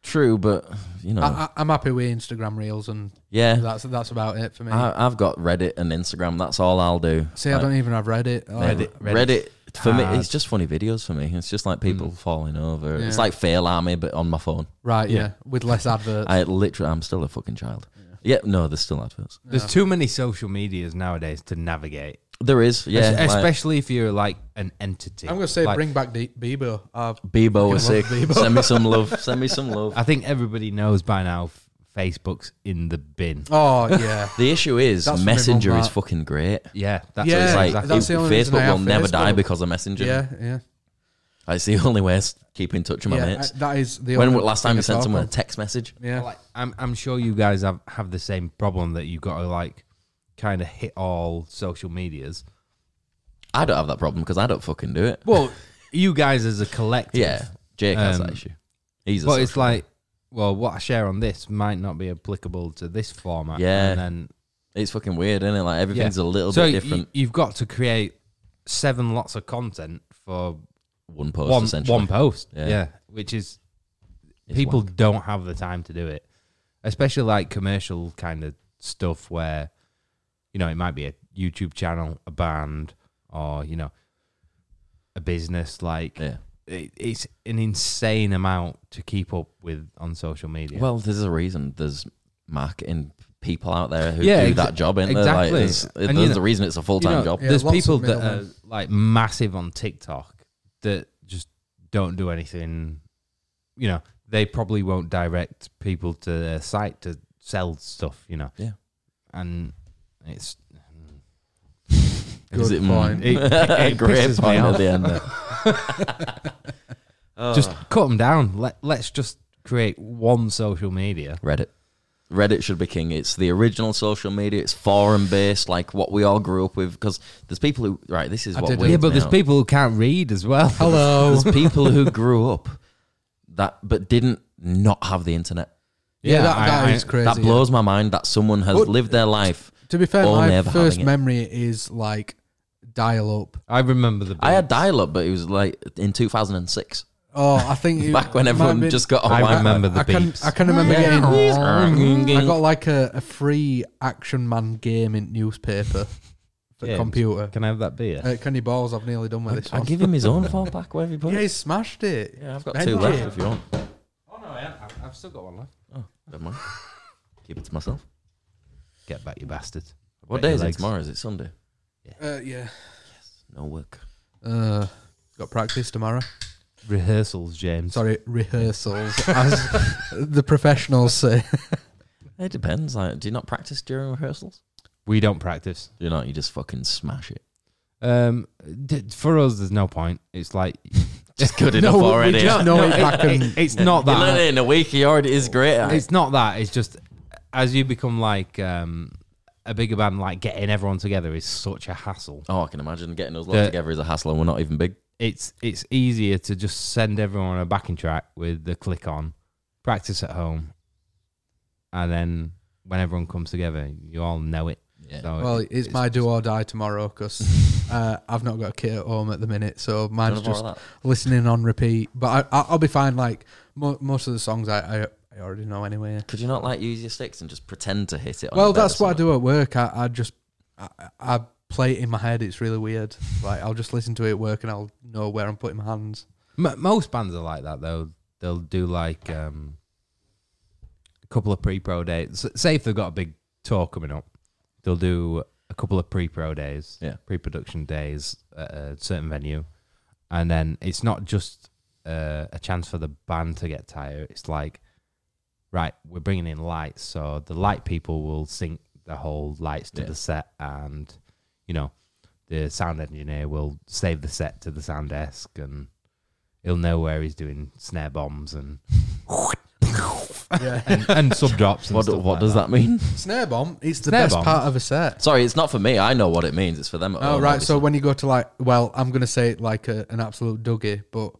True, but you know, I, I, I'm happy with Instagram reels, and yeah. that's that's about it for me. I, I've got Reddit and Instagram. That's all I'll do. See, I Like- don't even have Reddit. Oh, Reddit, Reddit Reddit's for me, hard. it's just funny videos for me. It's just like people falling over. It's Yeah. like Fail Army, but on my phone. Right, yeah. Yeah. with less adverts. I literally, I'm still a fucking child. Yeah, no, there's still adverts. There's too many social medias nowadays to navigate. There is, yeah. Es- like, especially if you're like an entity. I'm gonna say Like, bring back De- Bieber. Uh, Bebo was love sick. Send me [LAUGHS] some love. Send me some love. I think everybody knows by now. f- Facebook's in the bin. oh [LAUGHS] yeah, The issue is That's Messenger from is that. fucking great. Yeah, that's Yeah, It's like exactly. it- That's the only reason I Facebook will have never die Facebook. because of Messenger. yeah, yeah. Like, it's the only way to keep in touch with my yeah mates. I- that is the when only was last time thing you I sent talk someone a of. text message? Yeah, Like, I'm I'm sure you guys have, have the same problem that you've got to like kind of hit all social medias. I don't have that problem because I don't fucking do it. Well, you guys as a collective, Yeah, Jake has that Um, issue. He's a But it's social- like, well, what I share on this might not be applicable to this format. Yeah. and then it's fucking weird, isn't it? Like yeah. everything's a little So bit y- different. you've got to create seven lots of content for one post one essentially. one post. Yeah. Yeah. which is It's people whack. don't have the time to do it, especially like commercial kind of stuff where you know it might be a YouTube channel, a band, or you know a business. Like Yeah. it, it's an insane amount to keep up with on social media. Well, there's a reason. There's marketing people out there who Yeah, do exa- that job, ain't there? Like, exactly. there's And you there's know- a reason it's a full You time know, job. Yeah, There's lots of people that are middlemen. like massive on TikTok that just don't do anything. You know, they probably won't direct people to their site to sell stuff. You know, Yeah. and it's Good Is it point. mine? It- it- it Great pisses me [LAUGHS] point at off. the end. there. Just cut them down. Let let's just create one social media. Reddit. Reddit should be king. It's the original social media. It's forum based, like what we all grew up with. Because there's people who right, this is I what did we it. Yeah, but there's now. people who can't read as well. [LAUGHS] Hello. There's people [LAUGHS] who grew up that but didn't not have the internet. Yeah, that, I- that I- is crazy. that yeah. blows my mind that someone has But- lived their life. To be fair, Or my never first having it. memory is like dial up. I remember the. I had dial up, but it was like in 2006, Oh, [LAUGHS] I think it- back when it might have everyone been- just got on I Wi-Fi. remember the I can beeps. I can remember getting. I got Can like a, a free Action Man game in newspaper [LAUGHS] for James, computer. Can I have that beer? Uh, Kenny Balls, I've nearly done with this I one. [LAUGHS] give him his own phone back wherever he put yeah, it. he smashed it. Yeah, I've got Thank two you. left if you want. oh no, I, I've still got one left. Never mind. Keep it to myself. Get back, you bastard. What Bet day your is it legs. tomorrow? Is it Sunday? Uh, yeah. No work. Uh, got practice tomorrow. Rehearsals, James. Sorry, rehearsals, [LAUGHS] as the professionals [LAUGHS] say. It depends. Like, do you not practice during rehearsals? We don't practice. Do you not? You just fucking smash [LAUGHS] it. Um, d- for us, there's no point. It's like [LAUGHS] Just good [LAUGHS] enough we- we already. just know [LAUGHS] it back it- and it's not You learn that. it in a week. He already is great. at it. It's not that. It's just as you become like um, a bigger band, like getting everyone together is such a hassle. Oh, I can imagine getting us The- locked together is a hassle, and we're not even big. It's it's easier to just send everyone a backing track with the click on, practice at home, and then when everyone comes together, you all know it. Yeah. [LAUGHS] So Well, it's, it's- my do or die tomorrow because uh, I've not got a kid at home at the minute, so mine's just listening on repeat. But I, I, I'll be fine. Like mo- most of the songs, I, I I already know anyway. Could you not like use your sticks and just pretend to hit it? On Well, your bed that's or what I something? do at work. I, I just I, I play it in my head. It's really weird. Like I'll just listen to it at work and I'll know where I'm putting my hands. M- most bands are like that though. They'll do like um, a couple of pre-pro days. S- Say if they've got a big tour coming up, they'll do a couple of pre-pro days, Yeah. pre-production days at a certain venue, and then it's not just uh, a chance for the band to get tired. It's like, right, we're bringing in lights, so the light people will sync the whole lights to Yeah. the set, and you know, the sound engineer will save the set to the sound desk and he'll know where he's doing snare bombs and Yeah. [LAUGHS] and, and sub drops. And What, do- stuff what like does that mean? Snare bomb. It's the Snare best bomb? part of a set. [LAUGHS] Sorry, it's not for me. I know what it means. It's for them. At Oh home, right. So obviously. when you go to like, well, I'm gonna say it like a, an absolute doogie, but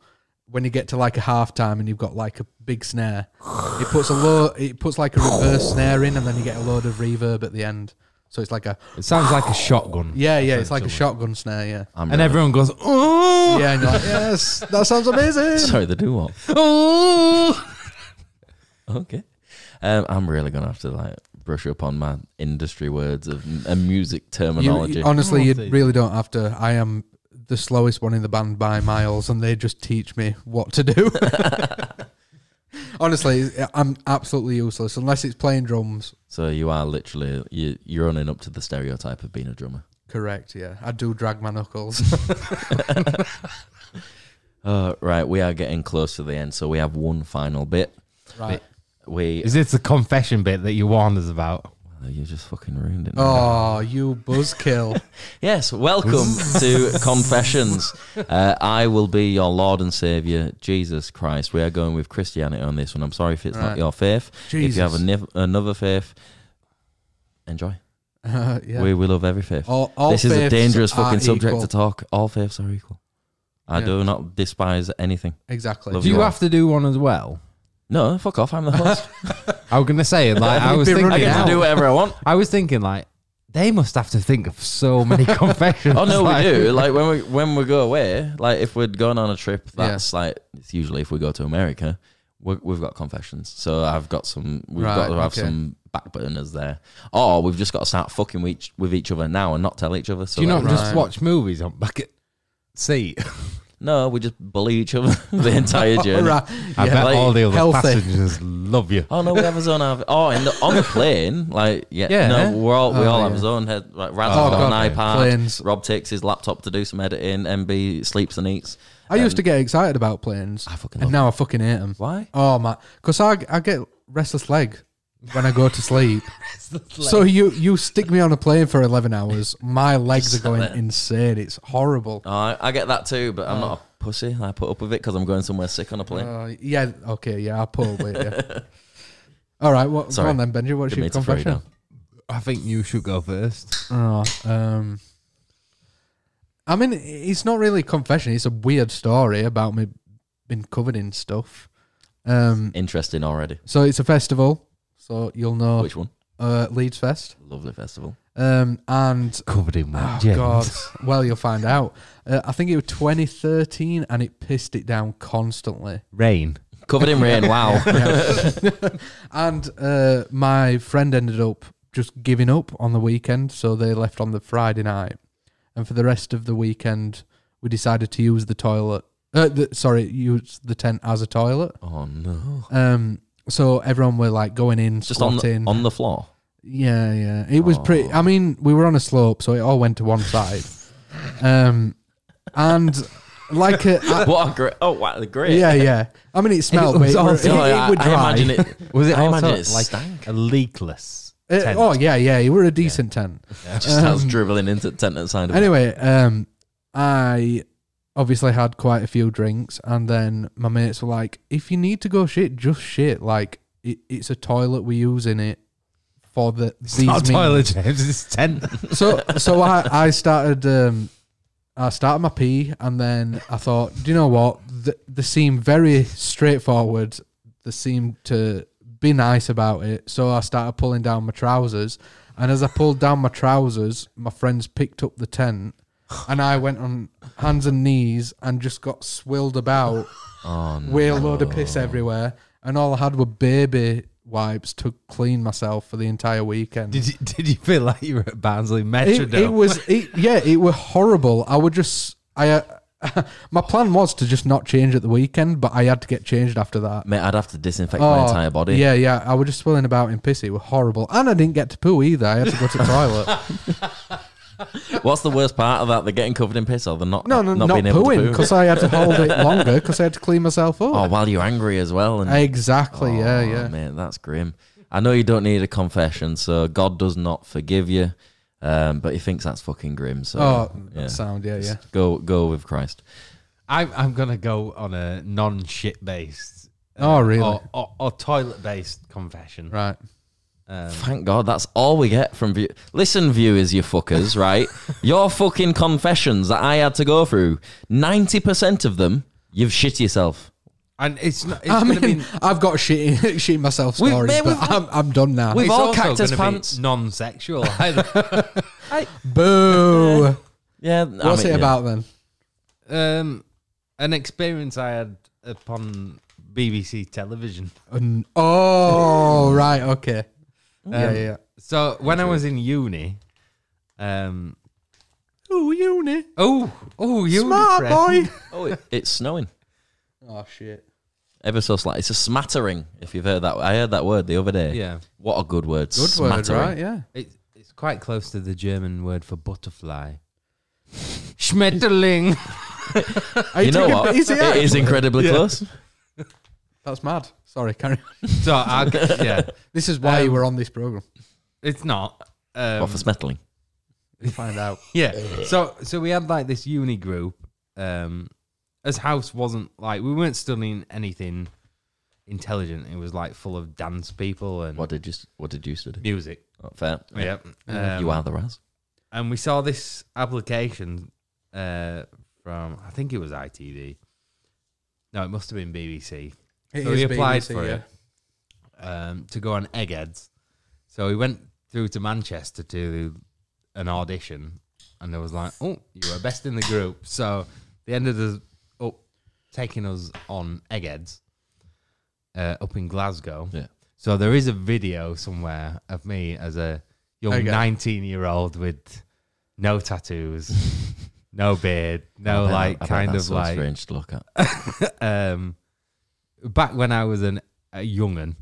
when you get to like a half time and you've got like a big snare, it puts a low, it puts like a reverse snare in, and then you get a load of reverb at the end. So it's like a It sounds like a shotgun. yeah, yeah. It's like a Essentially. shotgun snare. Yeah. I'm And really- everyone goes, oh, Yeah, and you're like, [LAUGHS] yes, that sounds amazing. Sorry, the do what? [LAUGHS] oh. Okay. Um, I'm really gonna have to like brush up on my industry words of m- and music [LAUGHS] You, terminology. you- honestly, you Terminology. really don't have to. I am the slowest one in the band by miles, and they just teach me what to [LAUGHS] do. honestly, I'm absolutely useless unless it's playing drums. so you are literally you, you're owning up to the stereotype of being a drummer. Correct. Yeah, I do drag my knuckles. [LAUGHS] Uh, right, we are getting close to the end, so we have one final bit. right. We Is this the confession bit that you warned us about? Oh, you just fucking ruined it. Oh, you buzzkill! Yes, [LAUGHS] welcome to Confessions. Uh, I will be your Lord and Savior, Jesus Christ. We are going with Christianity on this one. I'm sorry if it's not Right. your faith. [LAUGHS] If you have Jesus. anif- another faith, enjoy. Uh, [LAUGHS] yeah. We, we love every faith. all, all this is a faiths dangerous are fucking subject equal. to talk. All faiths are equal. I Yeah. do not despise anything. Exactly. Love Do [LAUGHS] you all. have to do one as well? No, fuck off. I'm the host. I was gonna say, like, I We've was been thinking, I running get to do whatever I want. I was thinking, like, they must have to think of so many [LAUGHS] confessions. Oh no, we [LAUGHS] like- do. Like when we when we go away, like if we're going on a trip, that's like it's usually if we go to America, we we've got confessions. So I've got some. We've got Right, to have okay. some back burners there, or we've just got to start fucking with each, with each other now and not tell each other. So Do you that- not just Right. watch movies on back at seat? No, we just bully each other [LAUGHS] the [LAUGHS] entire journey. Right. I Yeah. bet like, all the other healthy. passengers love you. Oh no, we have a zone. Have oh, in the, on the plane, like yeah, Yeah. no, we're all we Oh, all have yeah. a zone. Head like Rad's got Oh, God, an iPad. planes. Rob takes his laptop to do some editing. MB sleeps and eats. I used to get excited about planes, Um, I fucking love. and now I fucking hate them. Why? Oh my, because I I get restless leg. when I go [LAUGHS] to sleep. so you you stick me on a plane for eleven hours. My legs are going insane. It's horrible. Oh, I, I get that too, but Oh. I'm not a pussy. I put up with it because I'm going somewhere sick on a plane. Uh, yeah. Okay. Yeah. I'll pull away. [LAUGHS] Yeah. All right. What? Sorry. Go on then, Benji. What's Didn't your mean to throw you confession? down. I think you should go first. Oh, um, I mean, it's not really a confession. It's a weird story about me being covered in stuff. Um, Interesting already. so it's a festival. So you'll know Which one? uh, Leeds Fest. Lovely festival. Um, and Covered in wet oh James. god, well you'll find out. Uh, I think it was 2013, and it pissed it down constantly. [LAUGHS] Rain. Covered in rain. Wow. And uh, my friend ended up just giving up on the weekend, so they left on the Friday night, and for the rest of the weekend, we decided to use the toilet. Uh, the, sorry, use the tent as a toilet. oh no. Um, so everyone were like going in, Just on the, squatting. on the floor. Yeah, yeah. It was pretty. Oh. I mean, we were on a slope, so it all went to one side. um, and like, a, I- What a great! Oh wow, great! [LAUGHS] yeah, yeah. I mean, it smelled. was but it, awesome. it- it Oh, I, would I dry. imagine [LAUGHS] it. Was it I also imagine it like stank. a leakless Uh, tent? oh yeah, yeah. You were a decent tent. Just starts Um, dribbling into the tent outside of it. Anyway, um, I obviously had quite a few drinks, and then my mates were like, "If you need to go shit, just shit. Like, it, it's a toilet. We use in it for the It's these not meetings." toilet, James. It's tent. so so I I started um I started my pee and then I thought, do you know what? Th they seem very straightforward. They seem to be nice about it. So I started pulling down my trousers, and as I pulled down my trousers, my friends picked up the tent, and I went on hands and knees and just got swilled about, Oh, no. whale load of piss everywhere, and all I had were baby wipes to clean myself for the entire weekend. Did you, [LAUGHS] did you feel like you were at Barnsley It, it Metrodome? was, it, yeah, it were horrible. I would just, I, uh, [LAUGHS] my plan was to just not change at the weekend, but I had to get changed after that. Mate, I'd have to disinfect my Oh, entire body. Yeah, yeah. I was just swilling about in piss. It were horrible, and I didn't get to poo either. I had to go to the [LAUGHS] toilet. What's the worst part of that? They're getting covered in piss or they're not No, no, not, not, being able pooing to poo. because I had to hold [LAUGHS] it longer because I had to clean myself up. Oh, while you're angry as well. And exactly. yeah, Oh, yeah. Mate, that's grim. I know you don't need a confession, so God does not forgive you, um, but He thinks that's fucking grim. So oh, yeah. that sound. Yeah, yeah. go go with Christ. I'm, I'm going to go on a non shit based Oh, really? or, or, or toilet based confession. Right. Um, Thank God that's all we get from view. Listen, viewers, you fuckers, right? [LAUGHS] Your fucking confessions that I had to go through, ninety percent of them, you've shit yourself. and it's not. It's I gonna be, mean, I've got shit, [LAUGHS] shit myself We- stories, mate, but we've- I'm, I'm done now. we've it's all also cactus gonna be pants. [LAUGHS] Non-sexual. either. [LAUGHS] Boo. Yeah, What's it about then? um, an experience I had upon BBC television. An- oh, right, okay. Mm. yeah, yeah. So when I was in uni, um, Oh, uni. oh, oh, uni Smart friend. boy. Oh, it, it's snowing oh, shit. ever so slightly. It's a smattering. If you've heard that, I heard that word the other day. Yeah. what a good word. Good word, smattering. right? Yeah. It, it's quite close to the German word for butterfly. [LAUGHS] Schmetterling. Are You know taking- what? Is it it out? is [LAUGHS] incredibly close. That's mad. Sorry, carry on. so I, yeah, This is why you were on this program. it's not. Um, What for smettling? You find out. yeah. So so we had like this uni group. Um, as house wasn't like we weren't studying anything intelligent. It was like full of dance people and What did you What did you study? music. Oh, fair. Yeah. Um, Mm-hmm. you are the Raz. and we saw this application uh, from I think it was ITV. No, it must have been BBC. It so is he applied BBC, for yeah. it um, to go on Eggheads. So he went through to Manchester to an audition, and they was like, "Oh, you were best in the group." So they ended us up taking us on Eggheads uh, up in Glasgow. Yeah. So there is a video somewhere of me as a young Okay. nineteen-year-old with no tattoos, [LAUGHS] no beard, no I bet- like I bet kind that's of so like strange to look at. um, back when I was an, a young'un,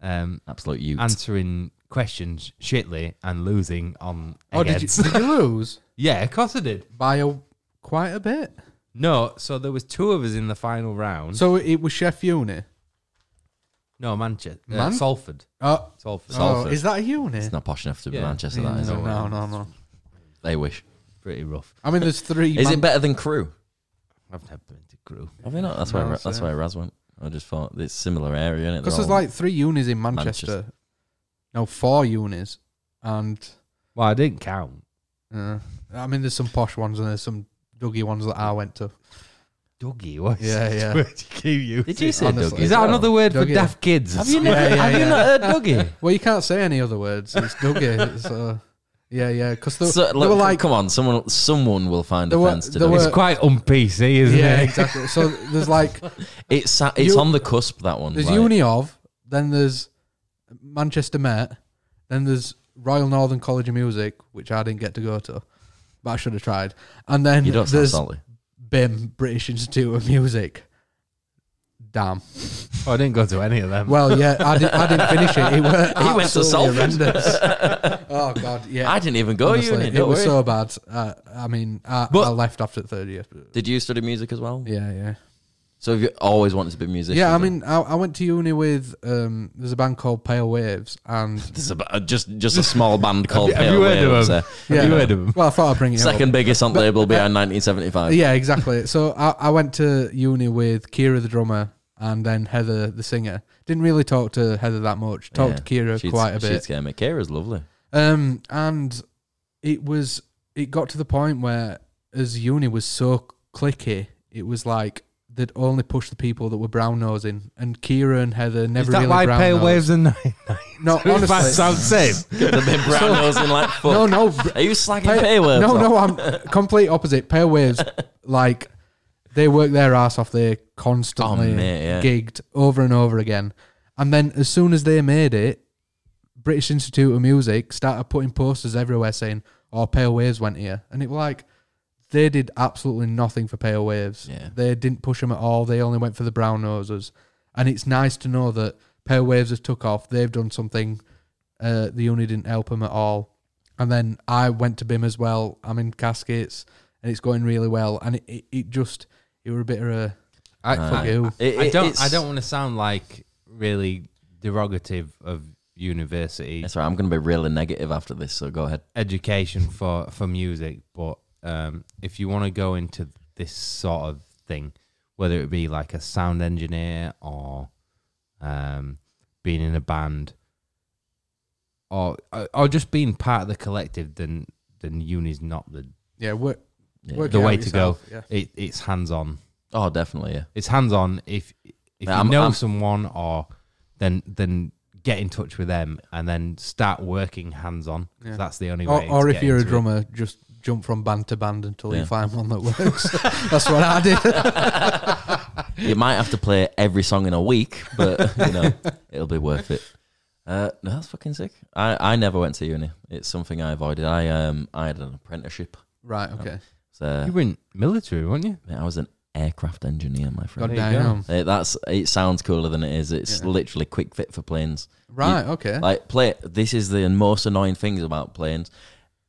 um, Absolute you. answering questions shitly and losing on. Oh, did you, heads. [LAUGHS] did you lose yeah, of course I did. by a, quite a bit? No, so there was two of us in the final round. So it was Chef Uni. No, Manchester. uh, Man- Salford. Oh, Salford. Sal- oh Salford. is that a uni? It's not posh enough to be Yeah. Manchester. Yeah, That is. no, it? no, no, no. They wish. Pretty rough. I mean, there's three. Is man- it better than Crew? I've never been to Crewe. Have they not? That's No, where it's, that's uh, where Raz went. I just thought it's similar area, is Because there's like three unis in Manchester. Manchester. No, four unis, and Well, I didn't count. uh, I mean, there's some posh ones and there's some doogie ones that I went to. Dougie, what? [LAUGHS] Yeah, yeah. Did you say Honestly. Dougie? Is as that well? another word for Dougie. daft kids? Have you Yeah, never? yeah, have you yeah. not heard Dougie? Well, you can't say any other words. It's doogie. so yeah, yeah. Because they, So, they look, were like, come on, someone someone will find There were- offence to there Dougie. It's were- quite un-PC, isn't yeah, it? [LAUGHS] exactly. So [LAUGHS] there's like It's sa- it's You- on the cusp that one. there's like- uni of, then there's Manchester Met, then there's Royal Northern College of Music, which I didn't get to go to, but I should have tried. And then You don't sound there's salty. BIM, British Institute of Music. Damn. Oh, I didn't go to any of them. Well, yeah, I, did, I didn't finish it. It were [LAUGHS] He went to absolutely Salford. [LAUGHS] horrendous. oh god, yeah. I Oh, didn't even go Honestly, uni. it Don't was worry. so bad. Uh, I mean, I, But- I left after the third year. Did you study music as well? Yeah, yeah, So have you always wanted to be a musician? yeah. I then? mean, I, I went to uni with um. There's a band called Pale Waves, [LAUGHS] and This is about, just just a small band called have Pale you heard of Waves, them? uh, Have you heard of 'em? Well, I thought I'd bring it up. Second biggest on label behind 1975. Yeah, exactly. So I, I went to uni with Kira the drummer and then Heather the singer. Didn't really talk to Heather that much. Talked Yeah. to Kira She'd- quite a she'd bit. scare me. Kira's lovely. Um, and it was it got to the point where as uni was so clicky, it was like they'd only push the people that were brown nosing, and Kira and Heather never Is that really why brown pale nosed. waves and nine? No, [LAUGHS] [LAUGHS] That honestly, sounds safe. They've been brown nosing like fuck. [LAUGHS] no, no, br- Are you slagging Pale- Pale Waves? No, off? no, I'm complete opposite. Pale [LAUGHS] Waves, like they work their ass off. They constantly Oh, mate, yeah. gigged over and over again, and then as soon as they made it, British Institute of Music started putting posters everywhere saying, "Oh, Pale Waves went here," and it was like they did absolutely nothing for Pale Waves. Yeah. They didn't push them at all. They only went for the brown nosers, and it's nice to know that Pale Waves has took off. They've done something. Uh, the uni didn't help them at all. And then I went to BIM as well. I'm in caskets and it's going really well. And it, it, it just, it were a bit of a, I, Aye. fuck you. It- I it- don't. I it's- don't want to sound like really derogative of university That's right. I'm going to be really negative after this. So go ahead. education for for music, but um, if you want to go into this sort of thing, whether it be like a sound engineer or um, being in a band, or or just being part of the collective, then then uni's not the yeah, work, Yeah. work the it out way to yourself. go. Yeah. It, it's hands on. Oh, definitely. Yeah. It's hands on. If if Yeah, you I'm- know I'm- someone or then then get in touch with them and then start working hands on. Yeah. That's the only Or, way. or to if get you're a into it. drummer, just jump from band to band until Yeah. you find one that works. [LAUGHS] That's what I did. [LAUGHS] you might have to play every song in a week, but you know it'll be worth it. Uh, no, that's fucking sick. I, I never went to uni. It's something I avoided. I um I had an apprenticeship. Right, Oh, okay. So You were in military, weren't you? mate, I was an aircraft engineer, my friend. God There you go. damn. Uh, that's it. Sounds cooler than it is. It's Yeah. literally quick fit for planes. Right, okay. Like play. This is the most annoying things about planes.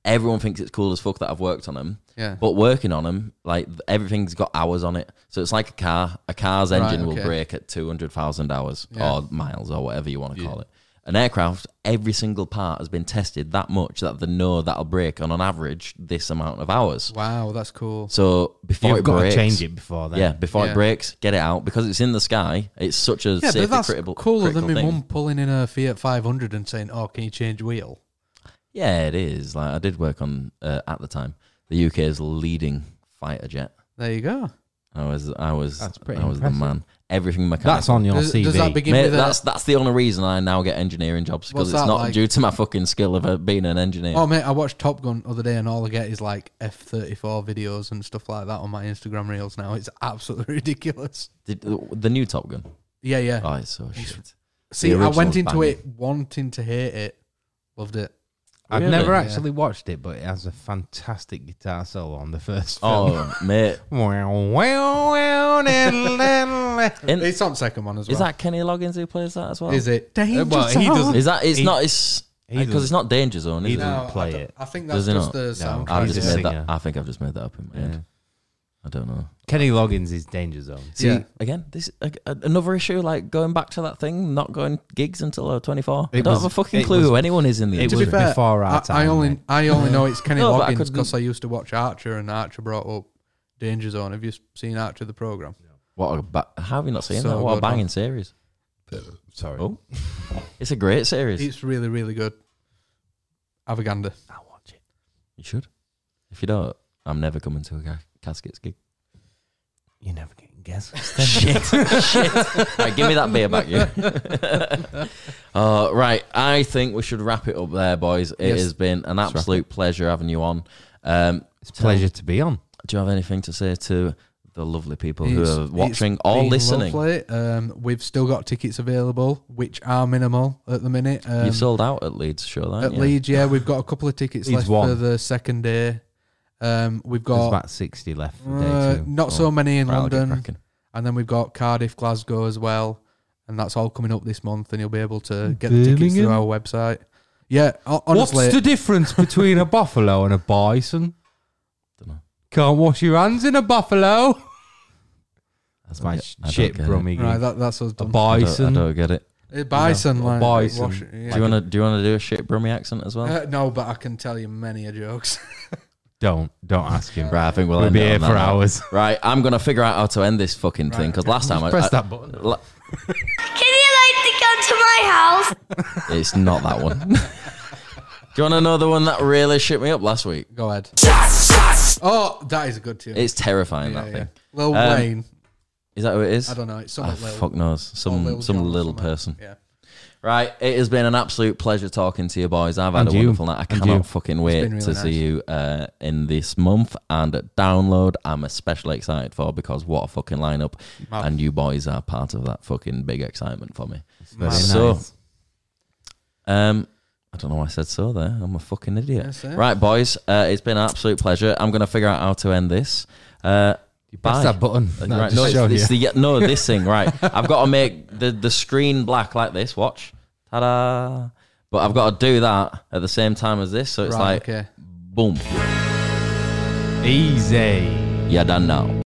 Everyone thinks it's cool as fuck that I've worked on them, yeah. but working on them, like th- everything's got hours on it. So it's like a car. A car's Right, engine will okay. break at two hundred thousand hours Yeah. or miles or whatever you want to call it. An aircraft, every single part has been tested that much that they know that'll break on an average this amount of hours. Wow, that's cool. So before You've it got breaks, to change it before then. yeah, before it Yeah. breaks, get it out because it's in the sky. It's such a Yeah, safety but that's critical, cooler critical than my thing. mum pulling in her Fiat 500 and saying, oh, can you change wheel? Yeah, it is. Like I did work on uh, at the time the UK's leading fighter jet. There you go. I was, I was, That's pretty I was impressive. the man. Everything mechanical. That's on your Does, CV. does that begin Mate, with a- that's that's the only reason I now get engineering jobs because it's What's that not like? due to my fucking skill of uh, being an engineer. Oh mate, I watched Top Gun the other day, and all I get is like F thirty four videos and stuff like that on my Instagram reels. Now it's absolutely [LAUGHS] ridiculous. Did- uh, The, New Top Gun. Yeah, yeah. Oh, it's so shit. See, I original's went into banging. it wanting to hate it, loved it. I've Really? never Yeah. actually watched it, but it has a fantastic guitar solo on the first film. Oh, mate, Wow, wow, wow, na, na, na. In- It's on second one as well. is that Kenny Loggins who plays that as well? Is it? Uh, well, he doesn't- Is that? It's He- not. It's he because it's doesn't- not Danger Zone. Is he it? doesn't I play don't- it. I think Does he that's just not? the No, soundtrack. I've He's just a made that. singer. I think I've just made that up in my head. I don't know. Kenny Loggins is danger zone. See, Yeah. again, this ag- another issue. Like going back to that thing, not going gigs until I was 24. I It don't was- have a fucking it clue was- who anyone is in the it industry. was before our I, time. I only mate. I only [LAUGHS] know it's Kenny No, but I Loggins couldn't- because I used to watch Archer and Archer brought up Danger Zone. Have you s- seen Archer the program? What a ba- how have you not seen So that? What a good banging one. series! Sorry. Oh. It's a great series. It's really really good. Avagander. I'll watch it. You should. If you don't, I'm never coming to a ca- caskets gig. You never get guess. [LAUGHS] shit, shit. Right, give me that beer back, you. [LAUGHS] uh, right, I think we should wrap it up there, boys. It Yes. has been an Let's wrap absolute pleasure having you on. Um, It's a pleasure to be on. do you have anything to say to the lovely people who It's- are it's watching or been listening? lovely. Um, we've still got tickets available, which are minimal at the minute. Um, You've sold out at Leeds, sure, aren't at you? Leeds, yeah, we've got a couple [LAUGHS] of tickets Leeds left won. for the second day. Um, we've There's got about 60 left for day uh, two. not so many in Right, Oh, I'll get London. cracking. And then we've got Cardiff, Glasgow as well. And that's all coming up this month. And you'll be able to get the tickets through Birmingham? our website. Yeah, ho- honestly. What's the difference between a buffalo and a bison? Dunno. Can't wash your hands in a buffalo. That's I my don't get- I don't shit, get it. Brummy. right, that, that's us a done. I don't- bison. I don't get it. Uh, bison, a like, bison. wash- yeah. Do you want to do you want to do a shit Brummy accent as well? Uh, no, but I can tell you many a jokes. [LAUGHS] don't don't ask him. right, I think we'll, We'll end be it on here that for now. hours. Right, I'm gonna figure out how to end this fucking thing because last time I, Press I- that button. la- Can you like to come to my house? it's not that one. [LAUGHS] do you want to know the one that really shit me up last week? Go ahead. Oh, that is a good tune. It's terrifying yeah, that yeah. thing. Lil Um, Wayne. Is that who it is? I don't know. It's Ah, somewhat Lil. fuck knows. or Some Lil some Jon or little something. person. Yeah. Right, it has been an absolute pleasure talking to you boys. I've had And a you. wonderful night. I And cannot you. fucking been wait really to nice. see you uh, in this month. And at download, I'm especially excited for because what a fucking lineup! Mad. And you boys are part of that fucking big excitement for me. Very So- nice. Um, I don't know why I said so there. I'm a fucking idiot. Yes, sir. right, boys, uh, it's been an absolute pleasure. I'm gonna figure out how to end this. Uh, you press bye. that button. That'll right, just no, it's, show it's you. the, yeah, [LAUGHS] no, this thing, right. I've got to make the, the screen black like this. Watch. Ta da. But I've got to do that at the same time as this. So it's Right, like, okay. boom, easy. you're done now.